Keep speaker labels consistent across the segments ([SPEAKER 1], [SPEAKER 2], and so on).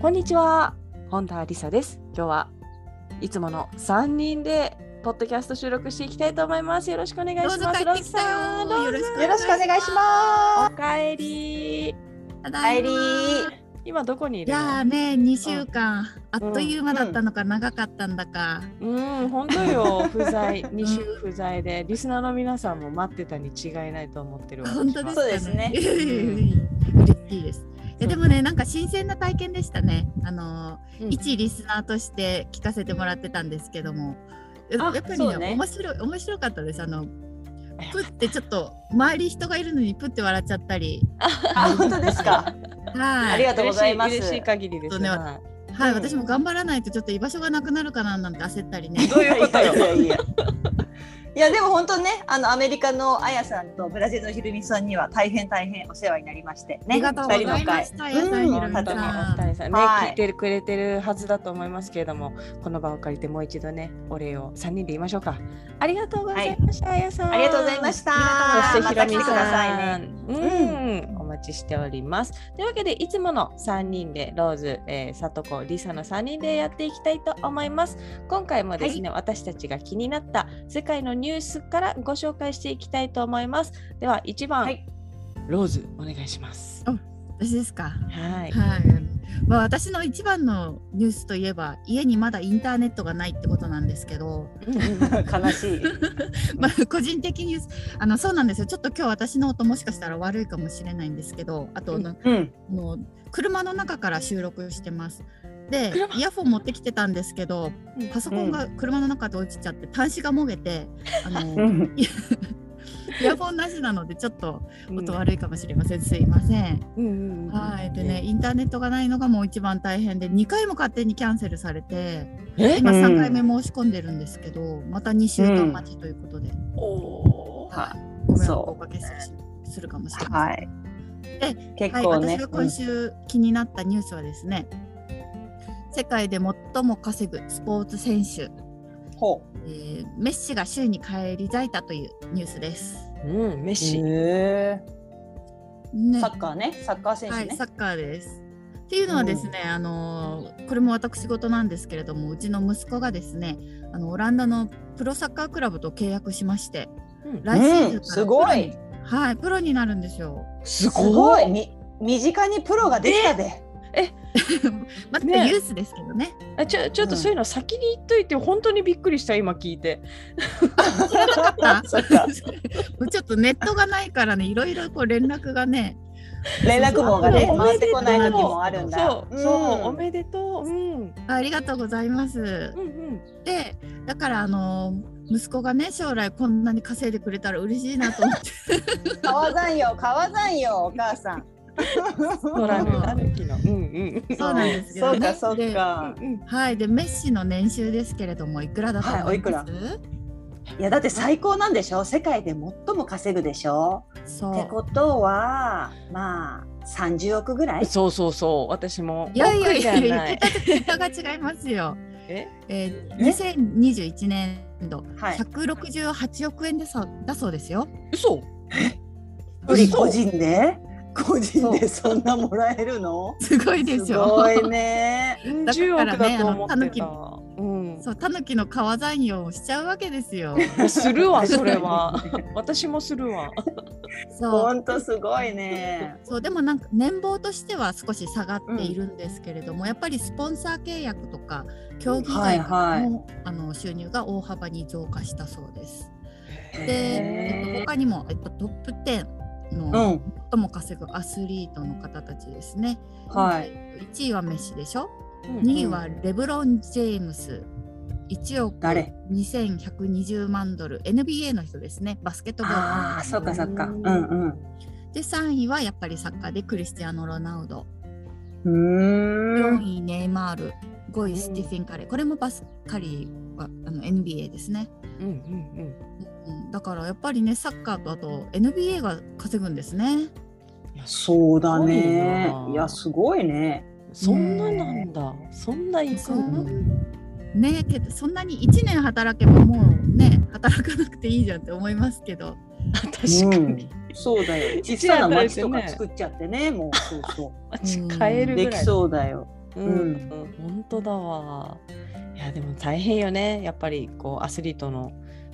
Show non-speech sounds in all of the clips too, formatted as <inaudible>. [SPEAKER 1] こんにちは本田理沙です今日はいつもの3人でポッドキャスト収録していきたいと思いますよろしくお願いします
[SPEAKER 2] ローズ帰ってきたよ
[SPEAKER 1] ローズ
[SPEAKER 2] よろしく
[SPEAKER 3] よろしくお願いしま
[SPEAKER 1] おかえり
[SPEAKER 2] た
[SPEAKER 3] す。帰り
[SPEAKER 1] 今どこにい
[SPEAKER 2] い
[SPEAKER 1] るの
[SPEAKER 2] やーね2週間あっという間だったのか長かったんだか、
[SPEAKER 1] うん、本当
[SPEAKER 3] <laughs>
[SPEAKER 1] よ、不在、2週不在で、リスナーの皆さんも待ってたに違いないと思ってるわ。
[SPEAKER 2] 本当です
[SPEAKER 1] 私は
[SPEAKER 2] かね
[SPEAKER 3] そうで
[SPEAKER 2] 嬉しいですいやでもねなんか新鮮な体験でしたねあのー、
[SPEAKER 1] うん
[SPEAKER 2] 一リスナーとして聞かせてもらってたんですけどもや
[SPEAKER 3] あ
[SPEAKER 2] やっぱり
[SPEAKER 3] そ
[SPEAKER 2] ね
[SPEAKER 3] うね
[SPEAKER 2] 面白い面白かったですあのプってちょっと周り人がいるのにプって笑っちゃったり
[SPEAKER 3] あ、本当ですか。
[SPEAKER 2] はい
[SPEAKER 3] ありがとうございます
[SPEAKER 1] 嬉しい嬉しい限りですね。
[SPEAKER 2] そうね
[SPEAKER 1] はい
[SPEAKER 2] はい、
[SPEAKER 3] うん
[SPEAKER 2] 私も頑張らないとちょっと居場所がなくなるかななんて焦ったりね。
[SPEAKER 3] どういうこと <laughs> よ。いやいやいやでも本当ね、あのアメリカのあやさんとブラジルのひるみさんには大変大変お世話になりましてね。
[SPEAKER 2] <laughs> ありがとうございました
[SPEAKER 3] 二人の会
[SPEAKER 2] うん
[SPEAKER 1] 本当にお
[SPEAKER 3] う
[SPEAKER 1] 二
[SPEAKER 3] ん
[SPEAKER 1] 人さんね、
[SPEAKER 3] はい
[SPEAKER 1] 聞いてくれてるはずだと思いますけれども、この場を借りてもう一度ね、お礼を三人で言いましょうか。ありがとうございました、あやさん。
[SPEAKER 3] ありがとうございました。
[SPEAKER 1] そして
[SPEAKER 3] ま
[SPEAKER 1] ひ
[SPEAKER 3] た
[SPEAKER 1] ろ
[SPEAKER 3] 来て
[SPEAKER 1] み
[SPEAKER 3] くださ
[SPEAKER 1] さ
[SPEAKER 3] いね。
[SPEAKER 1] ん、うん、お待ちしております。というわけでいつもの3人でローズ、えー、さとこ、りさの3人でやっていきたいと思います。今回もですね、私たちが気になった世界のニュースからご紹介していきたいと思います。では1番、
[SPEAKER 3] はい
[SPEAKER 1] ローズお願いします。
[SPEAKER 2] 私ですか。 <laughs>
[SPEAKER 1] はい。
[SPEAKER 2] はい。まあ私の一番のニュースといえば家にまだインターネットがないってことなんですけど、
[SPEAKER 3] 悲しい。
[SPEAKER 2] まあ個人的にあのそうなんですよ。ちょっと今日私の音もしかしたら悪いかもしれないんですけど、あと、
[SPEAKER 1] うん
[SPEAKER 2] あ
[SPEAKER 3] うん。
[SPEAKER 2] の車の中から収録してます。で
[SPEAKER 1] 車
[SPEAKER 2] イヤフォン持ってきてたんですけど
[SPEAKER 1] うん、
[SPEAKER 2] パソコンが車の中で落ちちゃって端子がもげて、あの
[SPEAKER 3] うん。
[SPEAKER 2] <laughs> イヤフォンなしなのでちょっと音
[SPEAKER 1] は、
[SPEAKER 2] 悪いかもしれません。すいません。
[SPEAKER 1] うんうんうん
[SPEAKER 2] はい。でね、インターネットがないのがもう一番大変で、2回も勝手にキャンセルされて、
[SPEAKER 1] え
[SPEAKER 2] 今
[SPEAKER 3] うん
[SPEAKER 2] 3回目申し込んでるんですけど、また2週間待ちということで、
[SPEAKER 1] おー
[SPEAKER 2] はいご迷惑
[SPEAKER 3] そう
[SPEAKER 2] をおかけするしするかもしれま
[SPEAKER 3] はい
[SPEAKER 2] で。せん。
[SPEAKER 3] 結
[SPEAKER 2] はい、
[SPEAKER 3] 構ね
[SPEAKER 2] 私。が今週気になったニュースはですね、世界で最も稼ぐスポーツ選手、
[SPEAKER 3] うんほう。
[SPEAKER 2] えーメッシが州に帰り咲いたというニュースです。
[SPEAKER 1] うん、メッシ。
[SPEAKER 3] へ
[SPEAKER 2] ね
[SPEAKER 3] ーサッカーね、サッカー選手
[SPEAKER 2] はい、
[SPEAKER 3] ね
[SPEAKER 2] サ。ッカーです。っていうのはですね、あのーこれも私事なんですけれどもうちの息子がですねあのオランダのプロサッカークラブと契約しまして
[SPEAKER 1] うん
[SPEAKER 2] 来シーズンからプロに、
[SPEAKER 3] うんすごい
[SPEAKER 2] はいプロになるんですよ。
[SPEAKER 1] す
[SPEAKER 3] すごい。み身近にプロができたで。
[SPEAKER 2] まあ、
[SPEAKER 1] ね
[SPEAKER 2] ユースですけどね。
[SPEAKER 1] あちょちょっとそういうの先に言っといて、本当にびっくりした今聞いて。
[SPEAKER 2] 知らなかった。
[SPEAKER 3] <laughs> <laughs> そっか
[SPEAKER 2] もう <laughs> ちょっとネットがないからねいろいろこう連絡がね
[SPEAKER 3] 連絡網がね
[SPEAKER 2] そうそう
[SPEAKER 3] 回ってこない時もあるんだ。
[SPEAKER 1] そう、そう、
[SPEAKER 3] ん
[SPEAKER 1] おめでとう。うん、
[SPEAKER 2] あありがとうございます
[SPEAKER 1] う。ん、
[SPEAKER 2] でだからあのー息子がね将来こんなに稼いでくれたら嬉しいなと思って
[SPEAKER 3] 買わざんよ買わざんよお母さん。
[SPEAKER 1] うん。ドラム歩きの。うん、うん。
[SPEAKER 2] そうなんですけどね
[SPEAKER 3] そうかそうか。
[SPEAKER 1] うん
[SPEAKER 2] はい、でメッシの年収ですけれどもいくらだと思います、
[SPEAKER 3] はいおいくらいやだって最高なんでしょ。世界で最も稼ぐでしょ。
[SPEAKER 2] そ
[SPEAKER 3] って
[SPEAKER 2] う
[SPEAKER 3] ことはまあ三十億ぐらい。
[SPEAKER 1] そうそうそう、私も。
[SPEAKER 2] いやいやいや
[SPEAKER 1] 僕
[SPEAKER 2] い
[SPEAKER 1] じゃ
[SPEAKER 2] や
[SPEAKER 1] ない <laughs>
[SPEAKER 2] 桁が <laughs> 違いますよ。
[SPEAKER 1] え、
[SPEAKER 2] えー、2021年度
[SPEAKER 3] はい。
[SPEAKER 2] 168億円でそだそうです
[SPEAKER 3] <laughs>
[SPEAKER 2] よ。
[SPEAKER 1] 嘘。
[SPEAKER 3] 売り個
[SPEAKER 1] 嘘
[SPEAKER 3] 人で個人でそんなもらえるの？
[SPEAKER 2] すごいですすよ。
[SPEAKER 3] ごいね。
[SPEAKER 2] だ
[SPEAKER 1] 十
[SPEAKER 2] か
[SPEAKER 1] 億
[SPEAKER 2] らね
[SPEAKER 1] だと思ってた。
[SPEAKER 2] あ
[SPEAKER 1] うん。
[SPEAKER 2] そうタヌキの川山用をしちゃうわけです
[SPEAKER 3] <laughs>
[SPEAKER 2] よ。
[SPEAKER 1] するわ、それ <laughs> は。私もするわ。
[SPEAKER 2] そう
[SPEAKER 3] 本当すごいね。
[SPEAKER 2] そうでもなんか年俸としては少し下がっているんですけれども、やっぱりスポンサー契約とか競技以外の、
[SPEAKER 3] はいは
[SPEAKER 2] あの収入が大幅に増加したそうです。で、えっと
[SPEAKER 3] へ
[SPEAKER 2] 他にも、えっと、トップ10
[SPEAKER 3] ーう
[SPEAKER 2] の
[SPEAKER 3] ん
[SPEAKER 2] 最も稼ぐアスリートの方たちですね。
[SPEAKER 3] はい。
[SPEAKER 2] 1位はメッシでしょ、
[SPEAKER 1] うん
[SPEAKER 2] 2位はレブロン・ジェームス。1億
[SPEAKER 3] 誰
[SPEAKER 2] 2120万ドル NBA の人ですねバスケットボール
[SPEAKER 3] ああそっかそっか。
[SPEAKER 1] う
[SPEAKER 3] うんんうん。
[SPEAKER 2] で3位はやっぱりサッカーでクリスティアーノ・ロナウド
[SPEAKER 3] うー
[SPEAKER 2] 4
[SPEAKER 3] ん。
[SPEAKER 2] 位ネイマール5
[SPEAKER 1] うん
[SPEAKER 2] 位スティフィン・カリーこれもバスカリーはあの NBA ですね、
[SPEAKER 1] うんうん
[SPEAKER 2] うん、だからやっぱりねサッカーとあと NBA が稼ぐんですね
[SPEAKER 3] そうだ
[SPEAKER 1] す
[SPEAKER 3] ね
[SPEAKER 1] ごい。ない
[SPEAKER 3] や、すごいね。
[SPEAKER 1] うん。そんななんだ。そんな行く
[SPEAKER 2] そ
[SPEAKER 1] の
[SPEAKER 2] う。ねけどそんなに1年働けばもうね働かなくていいじゃんって思いますけど
[SPEAKER 1] <laughs> 確かに。
[SPEAKER 3] そうだ <laughs> よ。小
[SPEAKER 1] 一
[SPEAKER 3] さな
[SPEAKER 1] 夜だよね
[SPEAKER 3] 町とか作っちゃってね、もう。そう <laughs> そ
[SPEAKER 1] 街変え
[SPEAKER 2] う
[SPEAKER 1] るぐ
[SPEAKER 3] う。で
[SPEAKER 1] らい
[SPEAKER 3] き
[SPEAKER 1] だ。
[SPEAKER 3] そうだよ。
[SPEAKER 1] うん、うん、本当だわ。いやでも大変よね。やっぱりこうアスリートの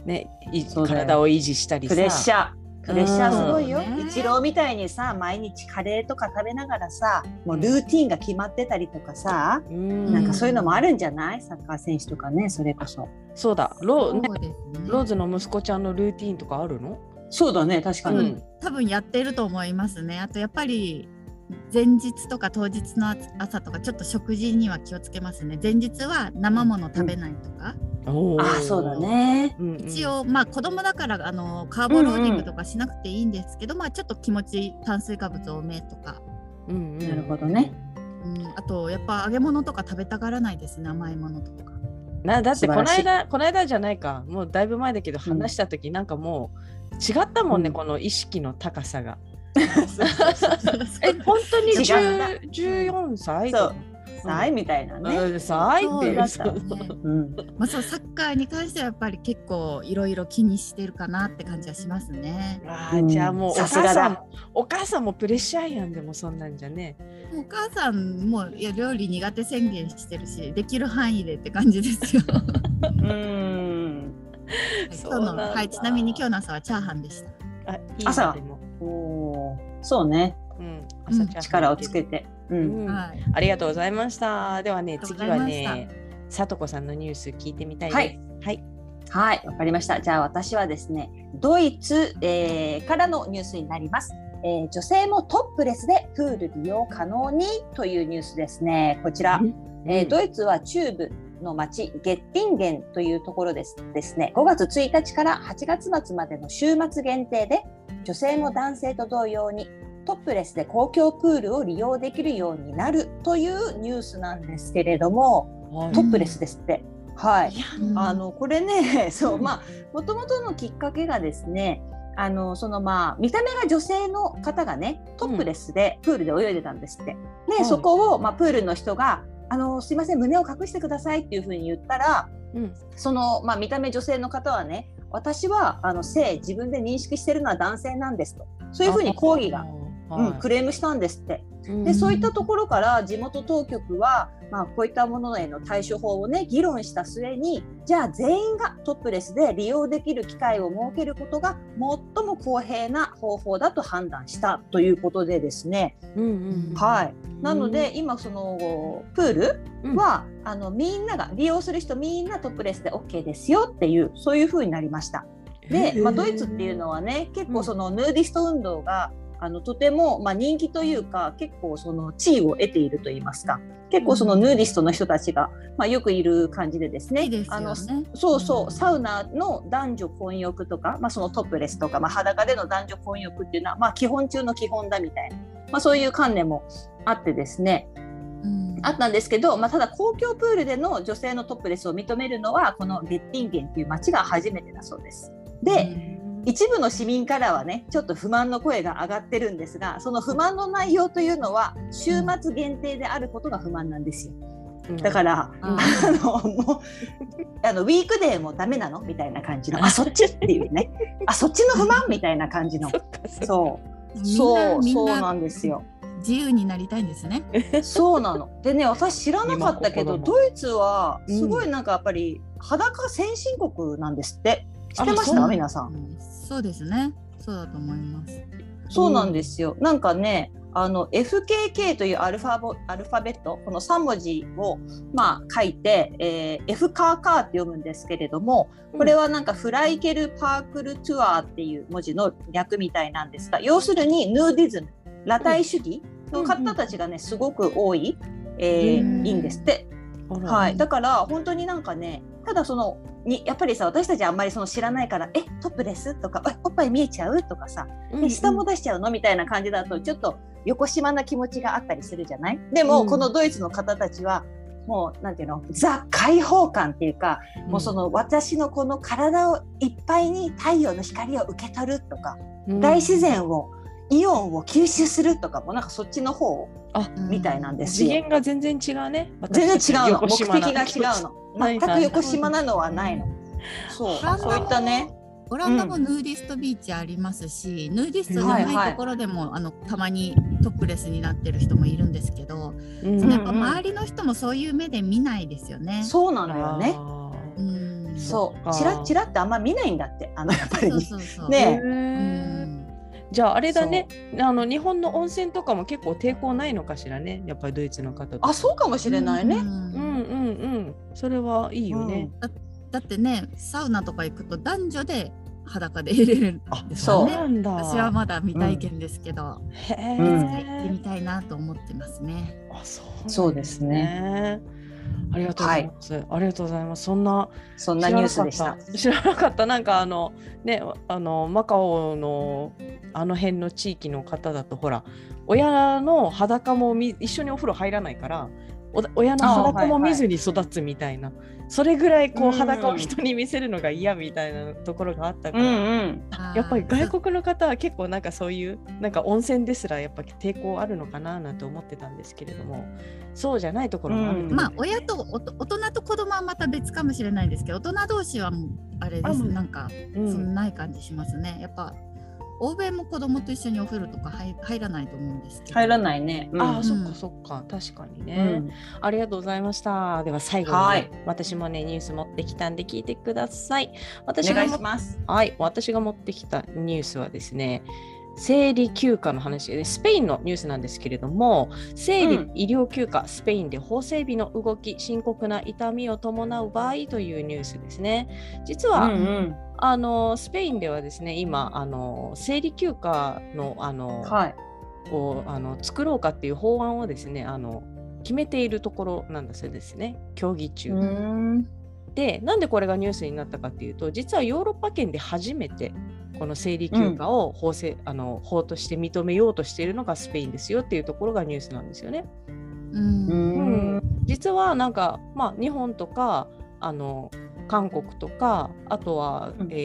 [SPEAKER 1] ね、い
[SPEAKER 3] そうだよ
[SPEAKER 1] 体を維持したり
[SPEAKER 3] プ
[SPEAKER 1] さ。
[SPEAKER 3] レッシャー。プレッシャーすごいよ
[SPEAKER 2] う。ん
[SPEAKER 3] 一郎みたいにさ、毎日カレーとか食べながらさ、もうルーティンが決まってたりとかさ、
[SPEAKER 1] うん、
[SPEAKER 3] なんかそういうのもあるんじゃないサッカー選手とかね、それこそ。
[SPEAKER 1] そうだ。ロ
[SPEAKER 2] そ
[SPEAKER 1] ー、ね、
[SPEAKER 2] うですね
[SPEAKER 1] ローズの息子ちゃんのルーティンとかあるの？
[SPEAKER 3] そうだね、確か
[SPEAKER 2] 多
[SPEAKER 1] う
[SPEAKER 2] 分,、
[SPEAKER 1] ん
[SPEAKER 3] に。
[SPEAKER 2] 多分やってると思いますねあとやっぱり前日とか当日の朝とかちょっと食事には気をつけますね前日は生もの食べないとか、
[SPEAKER 1] おー
[SPEAKER 3] あ、そうだ。ね。
[SPEAKER 1] うんうん、
[SPEAKER 2] 一応まあ子供だからあのカーボローディングとかしなくていいんですけど、まあちょっと気持ち炭水化物多めとか、
[SPEAKER 1] うんうん、
[SPEAKER 3] なるほどね。
[SPEAKER 2] うん、あとやっぱ揚げ物とか食べたがらないですね甘いものとか。
[SPEAKER 1] なだって
[SPEAKER 3] 素
[SPEAKER 1] この
[SPEAKER 3] 晴らしい
[SPEAKER 1] 間この間じゃないかもうだいぶ前だけど
[SPEAKER 3] うん
[SPEAKER 1] 話した時なんかもう違ったもんね、
[SPEAKER 3] うん
[SPEAKER 1] この意識の高さが。 <laughs> え
[SPEAKER 2] え
[SPEAKER 1] 本当に
[SPEAKER 3] 違うな
[SPEAKER 1] 10 14歳
[SPEAKER 3] そうさいみたいなね。
[SPEAKER 1] ね。さいって
[SPEAKER 3] そうだったうん。
[SPEAKER 2] まあ、そうサッカーに関してはやっぱり結構いろいろ気にしてるかなって感じはしますね。
[SPEAKER 1] あーじゃあもうお
[SPEAKER 3] さ
[SPEAKER 1] 母
[SPEAKER 3] すが
[SPEAKER 1] さん
[SPEAKER 3] だ
[SPEAKER 1] もお母さんもプレッシャーやんでもそんなんじゃね。
[SPEAKER 2] お母さんもいや料理苦手宣言してるしできる範囲でって感じ
[SPEAKER 3] <laughs>
[SPEAKER 2] ですよ。
[SPEAKER 3] うん。
[SPEAKER 1] そうなんだ
[SPEAKER 2] 今日のはい、ちなみに今日の朝はチャーハンでした。
[SPEAKER 1] あいいな
[SPEAKER 3] 朝
[SPEAKER 1] でも、
[SPEAKER 3] おーそうね。
[SPEAKER 1] うん、
[SPEAKER 2] う
[SPEAKER 1] 朝
[SPEAKER 2] ん
[SPEAKER 1] ちゃん
[SPEAKER 3] 力をつけて。う。
[SPEAKER 1] うんん
[SPEAKER 2] はい、
[SPEAKER 1] ありがとうございました。ではね
[SPEAKER 2] ありがとう
[SPEAKER 1] 次
[SPEAKER 2] ござい
[SPEAKER 1] は
[SPEAKER 2] ました
[SPEAKER 1] ねさとこさんのニュース聞いてみたいです。
[SPEAKER 3] はい
[SPEAKER 1] はい。
[SPEAKER 3] はい、わかりました。じゃあ私はですね、ドイツ、えーからのニュースになります。えー女性もトップレスでプール利用可能にというニュースですね。こちら、えードイツは中部の町ゲッティンゲンというところですですね5月1日から8月末までの週末限定で女性も男性と同様にトップレスで公共プールを利用できるようになるというニュースなんですけれども
[SPEAKER 1] はい
[SPEAKER 3] トップレスですって。はい、
[SPEAKER 1] いや
[SPEAKER 2] うん
[SPEAKER 3] あのこれね、 <laughs> そううまあ元々のきっかけがですね、あのそのまあ見た目が女性の方がねトップレスでプールで泳いでたんですって。
[SPEAKER 1] は
[SPEAKER 3] ね
[SPEAKER 1] い
[SPEAKER 3] そこをまあプールの人があのすいません胸を隠してくださいっていうふうに言ったら、
[SPEAKER 1] うん
[SPEAKER 3] そのまあ見た目女性の方はね、私はあの性自分で認識してるのは男性なんですと、そういうふうに抗議が、
[SPEAKER 1] あ。
[SPEAKER 3] うんクレームしたんですって。
[SPEAKER 1] うん
[SPEAKER 3] でそういったところから地元当局は、まあ、こういったものへの対処法をね議論した末にじゃあ全員がトップレスで利用できる機会を設けることが最も公平な方法だと判断したということでですね、
[SPEAKER 1] うんうんうん
[SPEAKER 3] はい、なので今そのプールは、あのみんなが利用する人みんなトップレスで OK ですよっていうそういうふうになりました。で、まあ、ドイツっていうのはね結構そのヌーディスト運動が、あのとても、まあ、人気というか結構その地位を得ているといいますか結構そのヌーディストの人たちが、まあ、よくいる感じでですね
[SPEAKER 2] いいです
[SPEAKER 3] あ
[SPEAKER 2] よ
[SPEAKER 3] の
[SPEAKER 2] ね。
[SPEAKER 3] そうそう、
[SPEAKER 2] うん
[SPEAKER 3] サウナの男女混浴とか、まあ、そのトップレスとか、まあ、裸での男女混浴っていうのは、まあ、基本中の基本だみたいな、まあ、そういう観念もあってですね、
[SPEAKER 2] うん
[SPEAKER 3] あったんですけど、まあ、ただ公共プールでの女性のトップレスを認めるのはこのゲッティンゲンという町が初めてだそうです。で、一部の市民からはねちょっと不満の声が上がってるんですがその不満の内容というのは週末限定であることが不満なんですよだからら、
[SPEAKER 2] うん
[SPEAKER 3] あのもうあ <laughs> のウィークデーもダメなのみたいな感じのあそっちっていうねあそっちの不満みたいな感じの
[SPEAKER 1] そっか <laughs> そっか
[SPEAKER 2] みんな
[SPEAKER 3] そうそう
[SPEAKER 2] みん
[SPEAKER 3] そうな
[SPEAKER 2] なん
[SPEAKER 3] ですよ。
[SPEAKER 2] 自由になりたいんですね。
[SPEAKER 3] そうなの。でね、私知らなかったけど、
[SPEAKER 1] 今ここ
[SPEAKER 3] ドイツは
[SPEAKER 1] うん
[SPEAKER 3] すごいなんかやっぱり裸先進国なんですって。知ってまし
[SPEAKER 1] あそ
[SPEAKER 3] た
[SPEAKER 1] う
[SPEAKER 3] 皆さん。
[SPEAKER 2] うんそうですね。そうだと思います。
[SPEAKER 3] そうなんですよ。なんかね、あの FKK というアルファボアルファベットこの3文字をまあ書いて、えー、F カーカーって読むんですけれども、これはなんかフライケルパークルトゥアーっていう文字の略みたいなんですが、要するにヌーディズム、裸体主義の方たちがねすごく多い、え
[SPEAKER 1] う
[SPEAKER 3] ー、
[SPEAKER 1] ん
[SPEAKER 3] いいんですって。
[SPEAKER 1] あら
[SPEAKER 3] はい、だから本当になんかねただそのにやっぱりさ私たちあんまりその知らないから「えトップレス?」とかえ「おっぱい見えちゃう?」とかさ「
[SPEAKER 1] うんう
[SPEAKER 3] え
[SPEAKER 1] ん
[SPEAKER 3] 下も出しちゃうの?」みたいな感じだとちょっとよこしまな気持ちがあったりするじゃないでも、
[SPEAKER 1] うん
[SPEAKER 3] このドイツの方たちはもうなんていうのザ解放感っていうか、もうその私のこの体をいっぱいに太陽の光を受け取るとか、
[SPEAKER 1] うん
[SPEAKER 3] 大自然をイオンを吸収するとかもうなんかそっちの方
[SPEAKER 1] あ
[SPEAKER 3] みたいなんです
[SPEAKER 1] 次
[SPEAKER 3] よ。
[SPEAKER 1] 元が全然違うね。
[SPEAKER 3] 全然違うの目
[SPEAKER 1] 私
[SPEAKER 3] 的
[SPEAKER 1] たち横島
[SPEAKER 3] が
[SPEAKER 1] な
[SPEAKER 3] 違うの
[SPEAKER 1] はい
[SPEAKER 3] 全く横島なのはないの。そう
[SPEAKER 2] はい
[SPEAKER 3] そういったね
[SPEAKER 2] オランダもヌーディストビーチありますし、ヌーディストじゃないところでも、あのたまにトップレスになってる人もいるんですけど、
[SPEAKER 1] うん
[SPEAKER 3] うん
[SPEAKER 2] やっぱ周りの人もそういう目で見ないですよね。
[SPEAKER 3] そうなのよね。
[SPEAKER 1] あ
[SPEAKER 2] うん
[SPEAKER 3] そ
[SPEAKER 1] あー
[SPEAKER 3] うチラッチラってあんま見ないんだってあのやっぱり
[SPEAKER 2] そうそうそう
[SPEAKER 1] ー
[SPEAKER 3] ね
[SPEAKER 2] うん
[SPEAKER 1] じゃああれだねあの日本の温泉とかも結構抵抗ないのかしらねやっぱりドイツの方とか
[SPEAKER 3] <laughs> あそうかもしれないね。
[SPEAKER 2] うん
[SPEAKER 1] うんうんうんそれはいいよね、
[SPEAKER 2] だってねサウナとか行くと男女で裸で入れるんです
[SPEAKER 3] う
[SPEAKER 1] そう
[SPEAKER 2] よ
[SPEAKER 3] んあ
[SPEAKER 2] ね。
[SPEAKER 1] なんだ
[SPEAKER 2] 私はまだ未体験ですけど、
[SPEAKER 1] へ
[SPEAKER 3] うん
[SPEAKER 2] いつか行ってみ
[SPEAKER 1] え、
[SPEAKER 2] たいなと思ってますね。
[SPEAKER 1] あそうなん
[SPEAKER 3] そうです
[SPEAKER 1] ねありがとうございます、ありがとうございますそんな
[SPEAKER 3] そんなニュースでした。
[SPEAKER 1] 知らなかった知らなかったなんかあのねあのマカオのあの辺の地域の方だとほら親の裸もみ一緒にお風呂入らないからお親の裸も見ずに育つみたいな、それぐらいこう
[SPEAKER 3] うん
[SPEAKER 1] 裸を人に見せるのが嫌みたいなところがあった
[SPEAKER 3] う
[SPEAKER 1] か
[SPEAKER 3] ん
[SPEAKER 1] ら、
[SPEAKER 3] うん。
[SPEAKER 1] やっぱり
[SPEAKER 2] あー
[SPEAKER 1] 外国の方は結構なんかそういうなんか温泉ですらやっぱ抵抗あるのかななんて思ってたんですけれどもそうじゃないところもある
[SPEAKER 3] うんん
[SPEAKER 1] で
[SPEAKER 2] まあ親とおと大人と子供はまた別かもしれないですけど大人同士はもうあれで
[SPEAKER 1] あ
[SPEAKER 2] す
[SPEAKER 1] もう
[SPEAKER 2] なんか
[SPEAKER 1] う
[SPEAKER 2] そ
[SPEAKER 1] ん
[SPEAKER 2] んない感じしますねやっぱ欧米も子供と一緒にお風呂とか入入らないと思うんですけど
[SPEAKER 3] 入ら
[SPEAKER 2] い
[SPEAKER 3] ないね。うん
[SPEAKER 1] ああ、
[SPEAKER 2] ん
[SPEAKER 1] そっかそっか確かにね、
[SPEAKER 3] うん
[SPEAKER 1] ありがとうございました。では最後にね、
[SPEAKER 3] はい
[SPEAKER 1] 私もねニュース持ってきたんで聞いてください。
[SPEAKER 3] お
[SPEAKER 1] 私が
[SPEAKER 3] 願い
[SPEAKER 1] も
[SPEAKER 3] します。
[SPEAKER 1] はい、私が持ってきたニュースはですね、生理休暇の話でスペインのニュースなんですけれども、生
[SPEAKER 3] う
[SPEAKER 1] 理
[SPEAKER 3] ん
[SPEAKER 1] 医療休暇、スペインで法整備の動き、深刻な痛みを伴う場合というニュースですね。実は、
[SPEAKER 3] うん
[SPEAKER 1] あのスペインではですね、今あの生理休暇のあの、
[SPEAKER 3] うん。はい。
[SPEAKER 1] をあの作ろうかっていう法案をですねあの決めているところなんですよですね協議中。
[SPEAKER 3] ん。
[SPEAKER 1] でなんでこれがニュースになったかっていうと実はヨーロッパ圏で初めてこの生理休暇を法制、あの法として認めようとしているのがスペインですよっていうところがニュースなんですよね。
[SPEAKER 2] うん
[SPEAKER 1] うん実はなんか、まあ、日本とかあの韓国とかあとは、
[SPEAKER 3] うん
[SPEAKER 1] え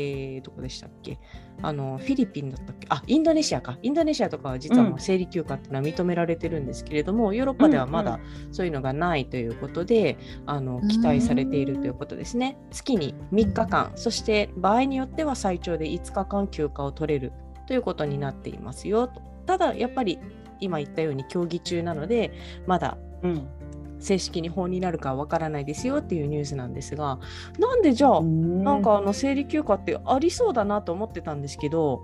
[SPEAKER 1] ーどこでしたっけあのフィリピンだったっけあインドネシアかインドネシアとかは実はも
[SPEAKER 3] う
[SPEAKER 1] うん生理休暇っていうのは認められてるんですけれども、ヨーロッパではまだそういうのがないということで、あの期待されているということですね月に3日間そして場合によっては最長で5日間休暇を取れるということになっていますよとただやっぱり今言ったように協議中なのでまだ
[SPEAKER 3] うん。
[SPEAKER 1] 正式に法になるかわからないですよっていうニュースなんですがなんでじゃあ、な
[SPEAKER 3] なん
[SPEAKER 1] かあの生理休暇ってありそうだなと思ってたんですけど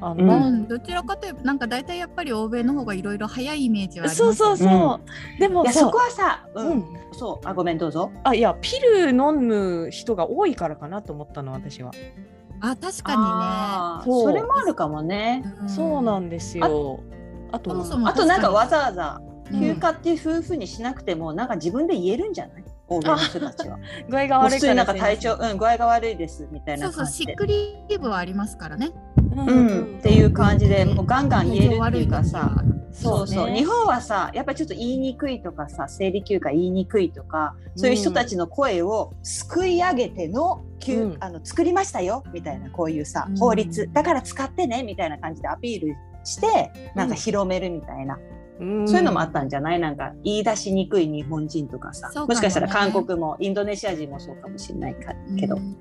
[SPEAKER 1] あ
[SPEAKER 3] う
[SPEAKER 1] の、
[SPEAKER 2] うんどちらかというとなんか大体やっぱり欧米の方がいろいろ早いイメージはあります
[SPEAKER 1] そうそう
[SPEAKER 2] よね
[SPEAKER 1] そう、でも
[SPEAKER 3] いや
[SPEAKER 1] さ
[SPEAKER 3] そこはさ、
[SPEAKER 1] う
[SPEAKER 3] うんん。そう。あごめんどうぞ。
[SPEAKER 1] あいやピル飲む人が多いからかなと思ったの私は、
[SPEAKER 2] あ確か
[SPEAKER 3] あー
[SPEAKER 1] そう
[SPEAKER 3] それもあるかもね
[SPEAKER 2] に。ね、
[SPEAKER 1] そうなんんですよあと
[SPEAKER 2] そもそ
[SPEAKER 1] うん
[SPEAKER 2] も
[SPEAKER 3] あとなんかわざわざ
[SPEAKER 1] うん
[SPEAKER 3] 休暇っていう夫婦にしなくても、なんか自分で言えるんじゃない？欧米の人たちは。
[SPEAKER 1] 具合が
[SPEAKER 3] もう
[SPEAKER 1] 悪
[SPEAKER 3] 普
[SPEAKER 1] い
[SPEAKER 3] 通
[SPEAKER 1] か
[SPEAKER 3] にな
[SPEAKER 1] ら
[SPEAKER 3] んか体調、うん、具合が悪いですみたい
[SPEAKER 2] そ
[SPEAKER 3] な
[SPEAKER 2] うそう
[SPEAKER 3] 感
[SPEAKER 2] し
[SPEAKER 3] じ
[SPEAKER 2] っ
[SPEAKER 3] で。
[SPEAKER 2] くりーブはありますからね
[SPEAKER 1] うん
[SPEAKER 3] うん、っていう感じでもうガンガン言えるっていうかさ、
[SPEAKER 1] そ
[SPEAKER 3] そうう
[SPEAKER 1] ね
[SPEAKER 3] そう日本はさやっぱりちょっと言いにくいとかさ生理休暇言いにくいとかそういう人たちの声をすくい上げての、休
[SPEAKER 1] うん
[SPEAKER 3] あの作りましたよみたいなこういうさ
[SPEAKER 2] うん
[SPEAKER 3] 法律、だから使ってねみたいな感じでアピールしてなんか広めるみたいな、そういうのもあったんじゃないなんか言い出しにくい日本人とかさ
[SPEAKER 2] そうかもね
[SPEAKER 3] もしかしたら韓国もインドネシア人もそうかもしれないかけど、
[SPEAKER 2] うん
[SPEAKER 1] うん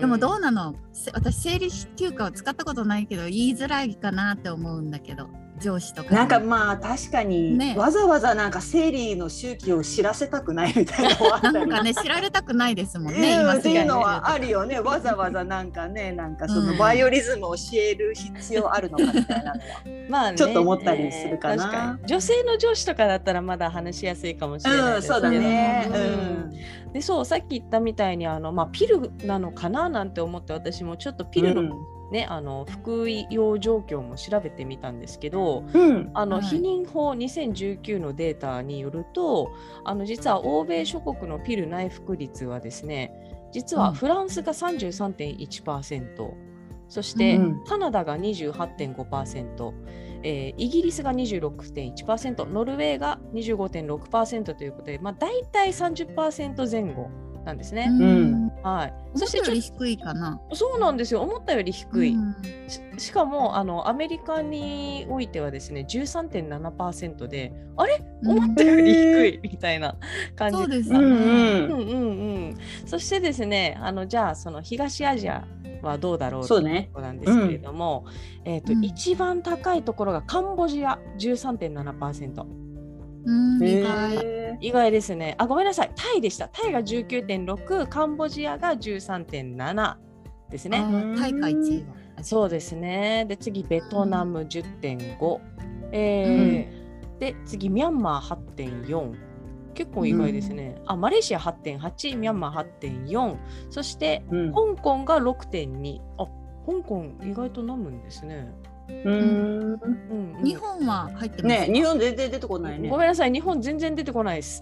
[SPEAKER 2] でもどうなのせ私生理休暇を使ったことないけど言いづらいかなって思うんだけど上司とかに
[SPEAKER 3] なんかまあ確かに、
[SPEAKER 2] ね
[SPEAKER 3] わざわざなんか生理の周期を知らせたくないみたいなのもあっ
[SPEAKER 2] <laughs>
[SPEAKER 3] た
[SPEAKER 2] な
[SPEAKER 3] り
[SPEAKER 2] んかね知られたくないですもんね
[SPEAKER 3] ね、
[SPEAKER 2] 今
[SPEAKER 3] っていうのはあるよねわざわざなんかねなんかそのバイオリズムを教える必要あるのかみたいなのは、
[SPEAKER 1] まあね
[SPEAKER 3] ちょっと思ったりするかな
[SPEAKER 1] 確に女性の上司とかだったらまだ話しやすいかもしれない
[SPEAKER 3] うん、
[SPEAKER 1] ですけど
[SPEAKER 3] そうだね、
[SPEAKER 2] う
[SPEAKER 1] うんでそうさっき言ったみたいにあの、まあ、ピルなのかななんて思って私もちょっとピル
[SPEAKER 3] う
[SPEAKER 1] の,、
[SPEAKER 3] ん
[SPEAKER 1] ねあの服用状況も調べてみたんですけど
[SPEAKER 3] うん
[SPEAKER 1] あの、
[SPEAKER 2] はい
[SPEAKER 1] 避妊法2019のデータによるとあの実は欧米諸国のピル内服率はですね実は
[SPEAKER 2] うん
[SPEAKER 1] フランスが33.1%、そして
[SPEAKER 2] うん
[SPEAKER 1] カナダが28.5%、えーイギリスが26.1%、ノルウェーが25.6%ということで、まあ、大体30%前後なんですね。
[SPEAKER 3] ん
[SPEAKER 1] はい、
[SPEAKER 2] そ
[SPEAKER 1] そ
[SPEAKER 2] し
[SPEAKER 1] してて
[SPEAKER 2] よ
[SPEAKER 1] ちょ
[SPEAKER 2] り低いかな。
[SPEAKER 1] そうなんですよ、思ったより低い。
[SPEAKER 2] うん
[SPEAKER 1] ししかもあのアメリカにおいてはですね13.7%であれ思ったより低いみたいな感じ
[SPEAKER 2] そうです
[SPEAKER 3] う
[SPEAKER 2] ね。
[SPEAKER 1] う
[SPEAKER 3] ん
[SPEAKER 1] ん
[SPEAKER 3] う。
[SPEAKER 1] うんうんそしてですねあのじゃあその東アジアはどうだろうんと
[SPEAKER 3] そ
[SPEAKER 1] いうう
[SPEAKER 3] ね
[SPEAKER 1] と。ころなんですけれども、えっ、と、
[SPEAKER 2] うん
[SPEAKER 1] 一番高いところがカンボジア13.7%
[SPEAKER 2] うん、意外。
[SPEAKER 3] へ
[SPEAKER 1] 意外ですねあごめんなさいタイでしたタイが19.6カンボジアが13.7ですね
[SPEAKER 2] あー大会一位だ。
[SPEAKER 1] そうですね。で次ベトナム10.5、えーで次ミャンマー8.4結構意外ですね。あマレーシア8.8ミャンマー8.4そして
[SPEAKER 3] ーうん
[SPEAKER 1] 香港が6.2あ香港意外と飲むんですね。
[SPEAKER 3] うん
[SPEAKER 1] うんうん
[SPEAKER 2] 日本は入ってますか
[SPEAKER 3] ね日本全然出てこないね
[SPEAKER 1] ご。めんなさい日本全然出てこないです。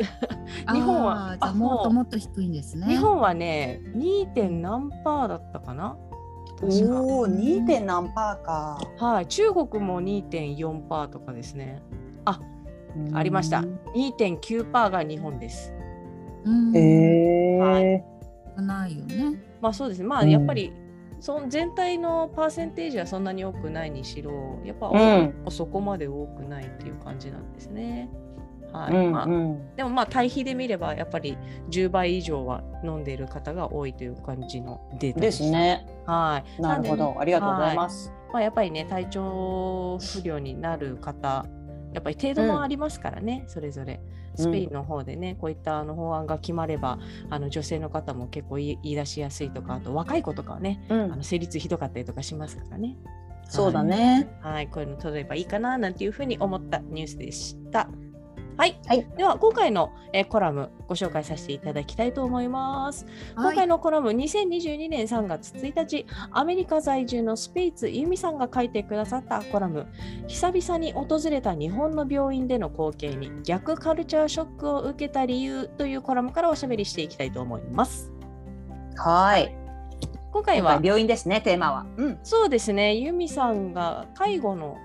[SPEAKER 1] 日本は
[SPEAKER 2] あーじゃあ
[SPEAKER 1] あ
[SPEAKER 2] もっ
[SPEAKER 1] も
[SPEAKER 2] と
[SPEAKER 1] う
[SPEAKER 2] もっと低いんですね。
[SPEAKER 1] 日本はね 2. 点何パーだったかな。確か
[SPEAKER 3] おお、2. 点何パーか。
[SPEAKER 1] はい中国も2.4パーとかですね。ありました2.9パーが日本です。
[SPEAKER 2] うん
[SPEAKER 3] へえ。
[SPEAKER 1] はい
[SPEAKER 2] ないよね。
[SPEAKER 1] まあそうですね。まあ
[SPEAKER 3] うん
[SPEAKER 1] やっぱり、その全体のパーセンテージはそんなに多くないにしろ、やっぱ、
[SPEAKER 3] うん
[SPEAKER 1] そこまで多くないっていう感じなんですね。はい。まあ
[SPEAKER 3] うんうん。
[SPEAKER 1] でもまあ対比で見ればやっぱり10倍以上は飲んでいる方が多いという感じのデータ
[SPEAKER 3] で
[SPEAKER 1] ですす。
[SPEAKER 3] ね。
[SPEAKER 1] はい。
[SPEAKER 3] なるほ
[SPEAKER 1] んで
[SPEAKER 3] ど
[SPEAKER 1] ね。
[SPEAKER 3] ありがとうございます。
[SPEAKER 1] まあやっぱりね体調不良になる方。やっぱり程度もありますからね、それぞれスペインの方でね、こういったあの法案が決まればあの女性の方も結構言い言い出しやすいとかあと若い子とかはね
[SPEAKER 3] うん
[SPEAKER 1] あの成立ひどかったりとかしますからね。
[SPEAKER 3] そうだね。
[SPEAKER 1] はい、こういうの届けばいいかななんていうふうに思ったニュースでした。はい、
[SPEAKER 3] はい
[SPEAKER 1] では今回の、えーコラムご紹介させていただきたいと思います。今回
[SPEAKER 2] の
[SPEAKER 1] のコラム2022年3月1日アメリカ在住のスペイツ由美さんが書いてくださったコラム久々に訪れた日本の病院での光景に逆カルチャーショックを受けた理由というコラムからおしゃべりしていきたいと思います。
[SPEAKER 3] はい。
[SPEAKER 1] 今回
[SPEAKER 3] 今
[SPEAKER 1] は
[SPEAKER 3] 回病院ですね、テーマは。うん。
[SPEAKER 1] そうですね、ユミさんが介護の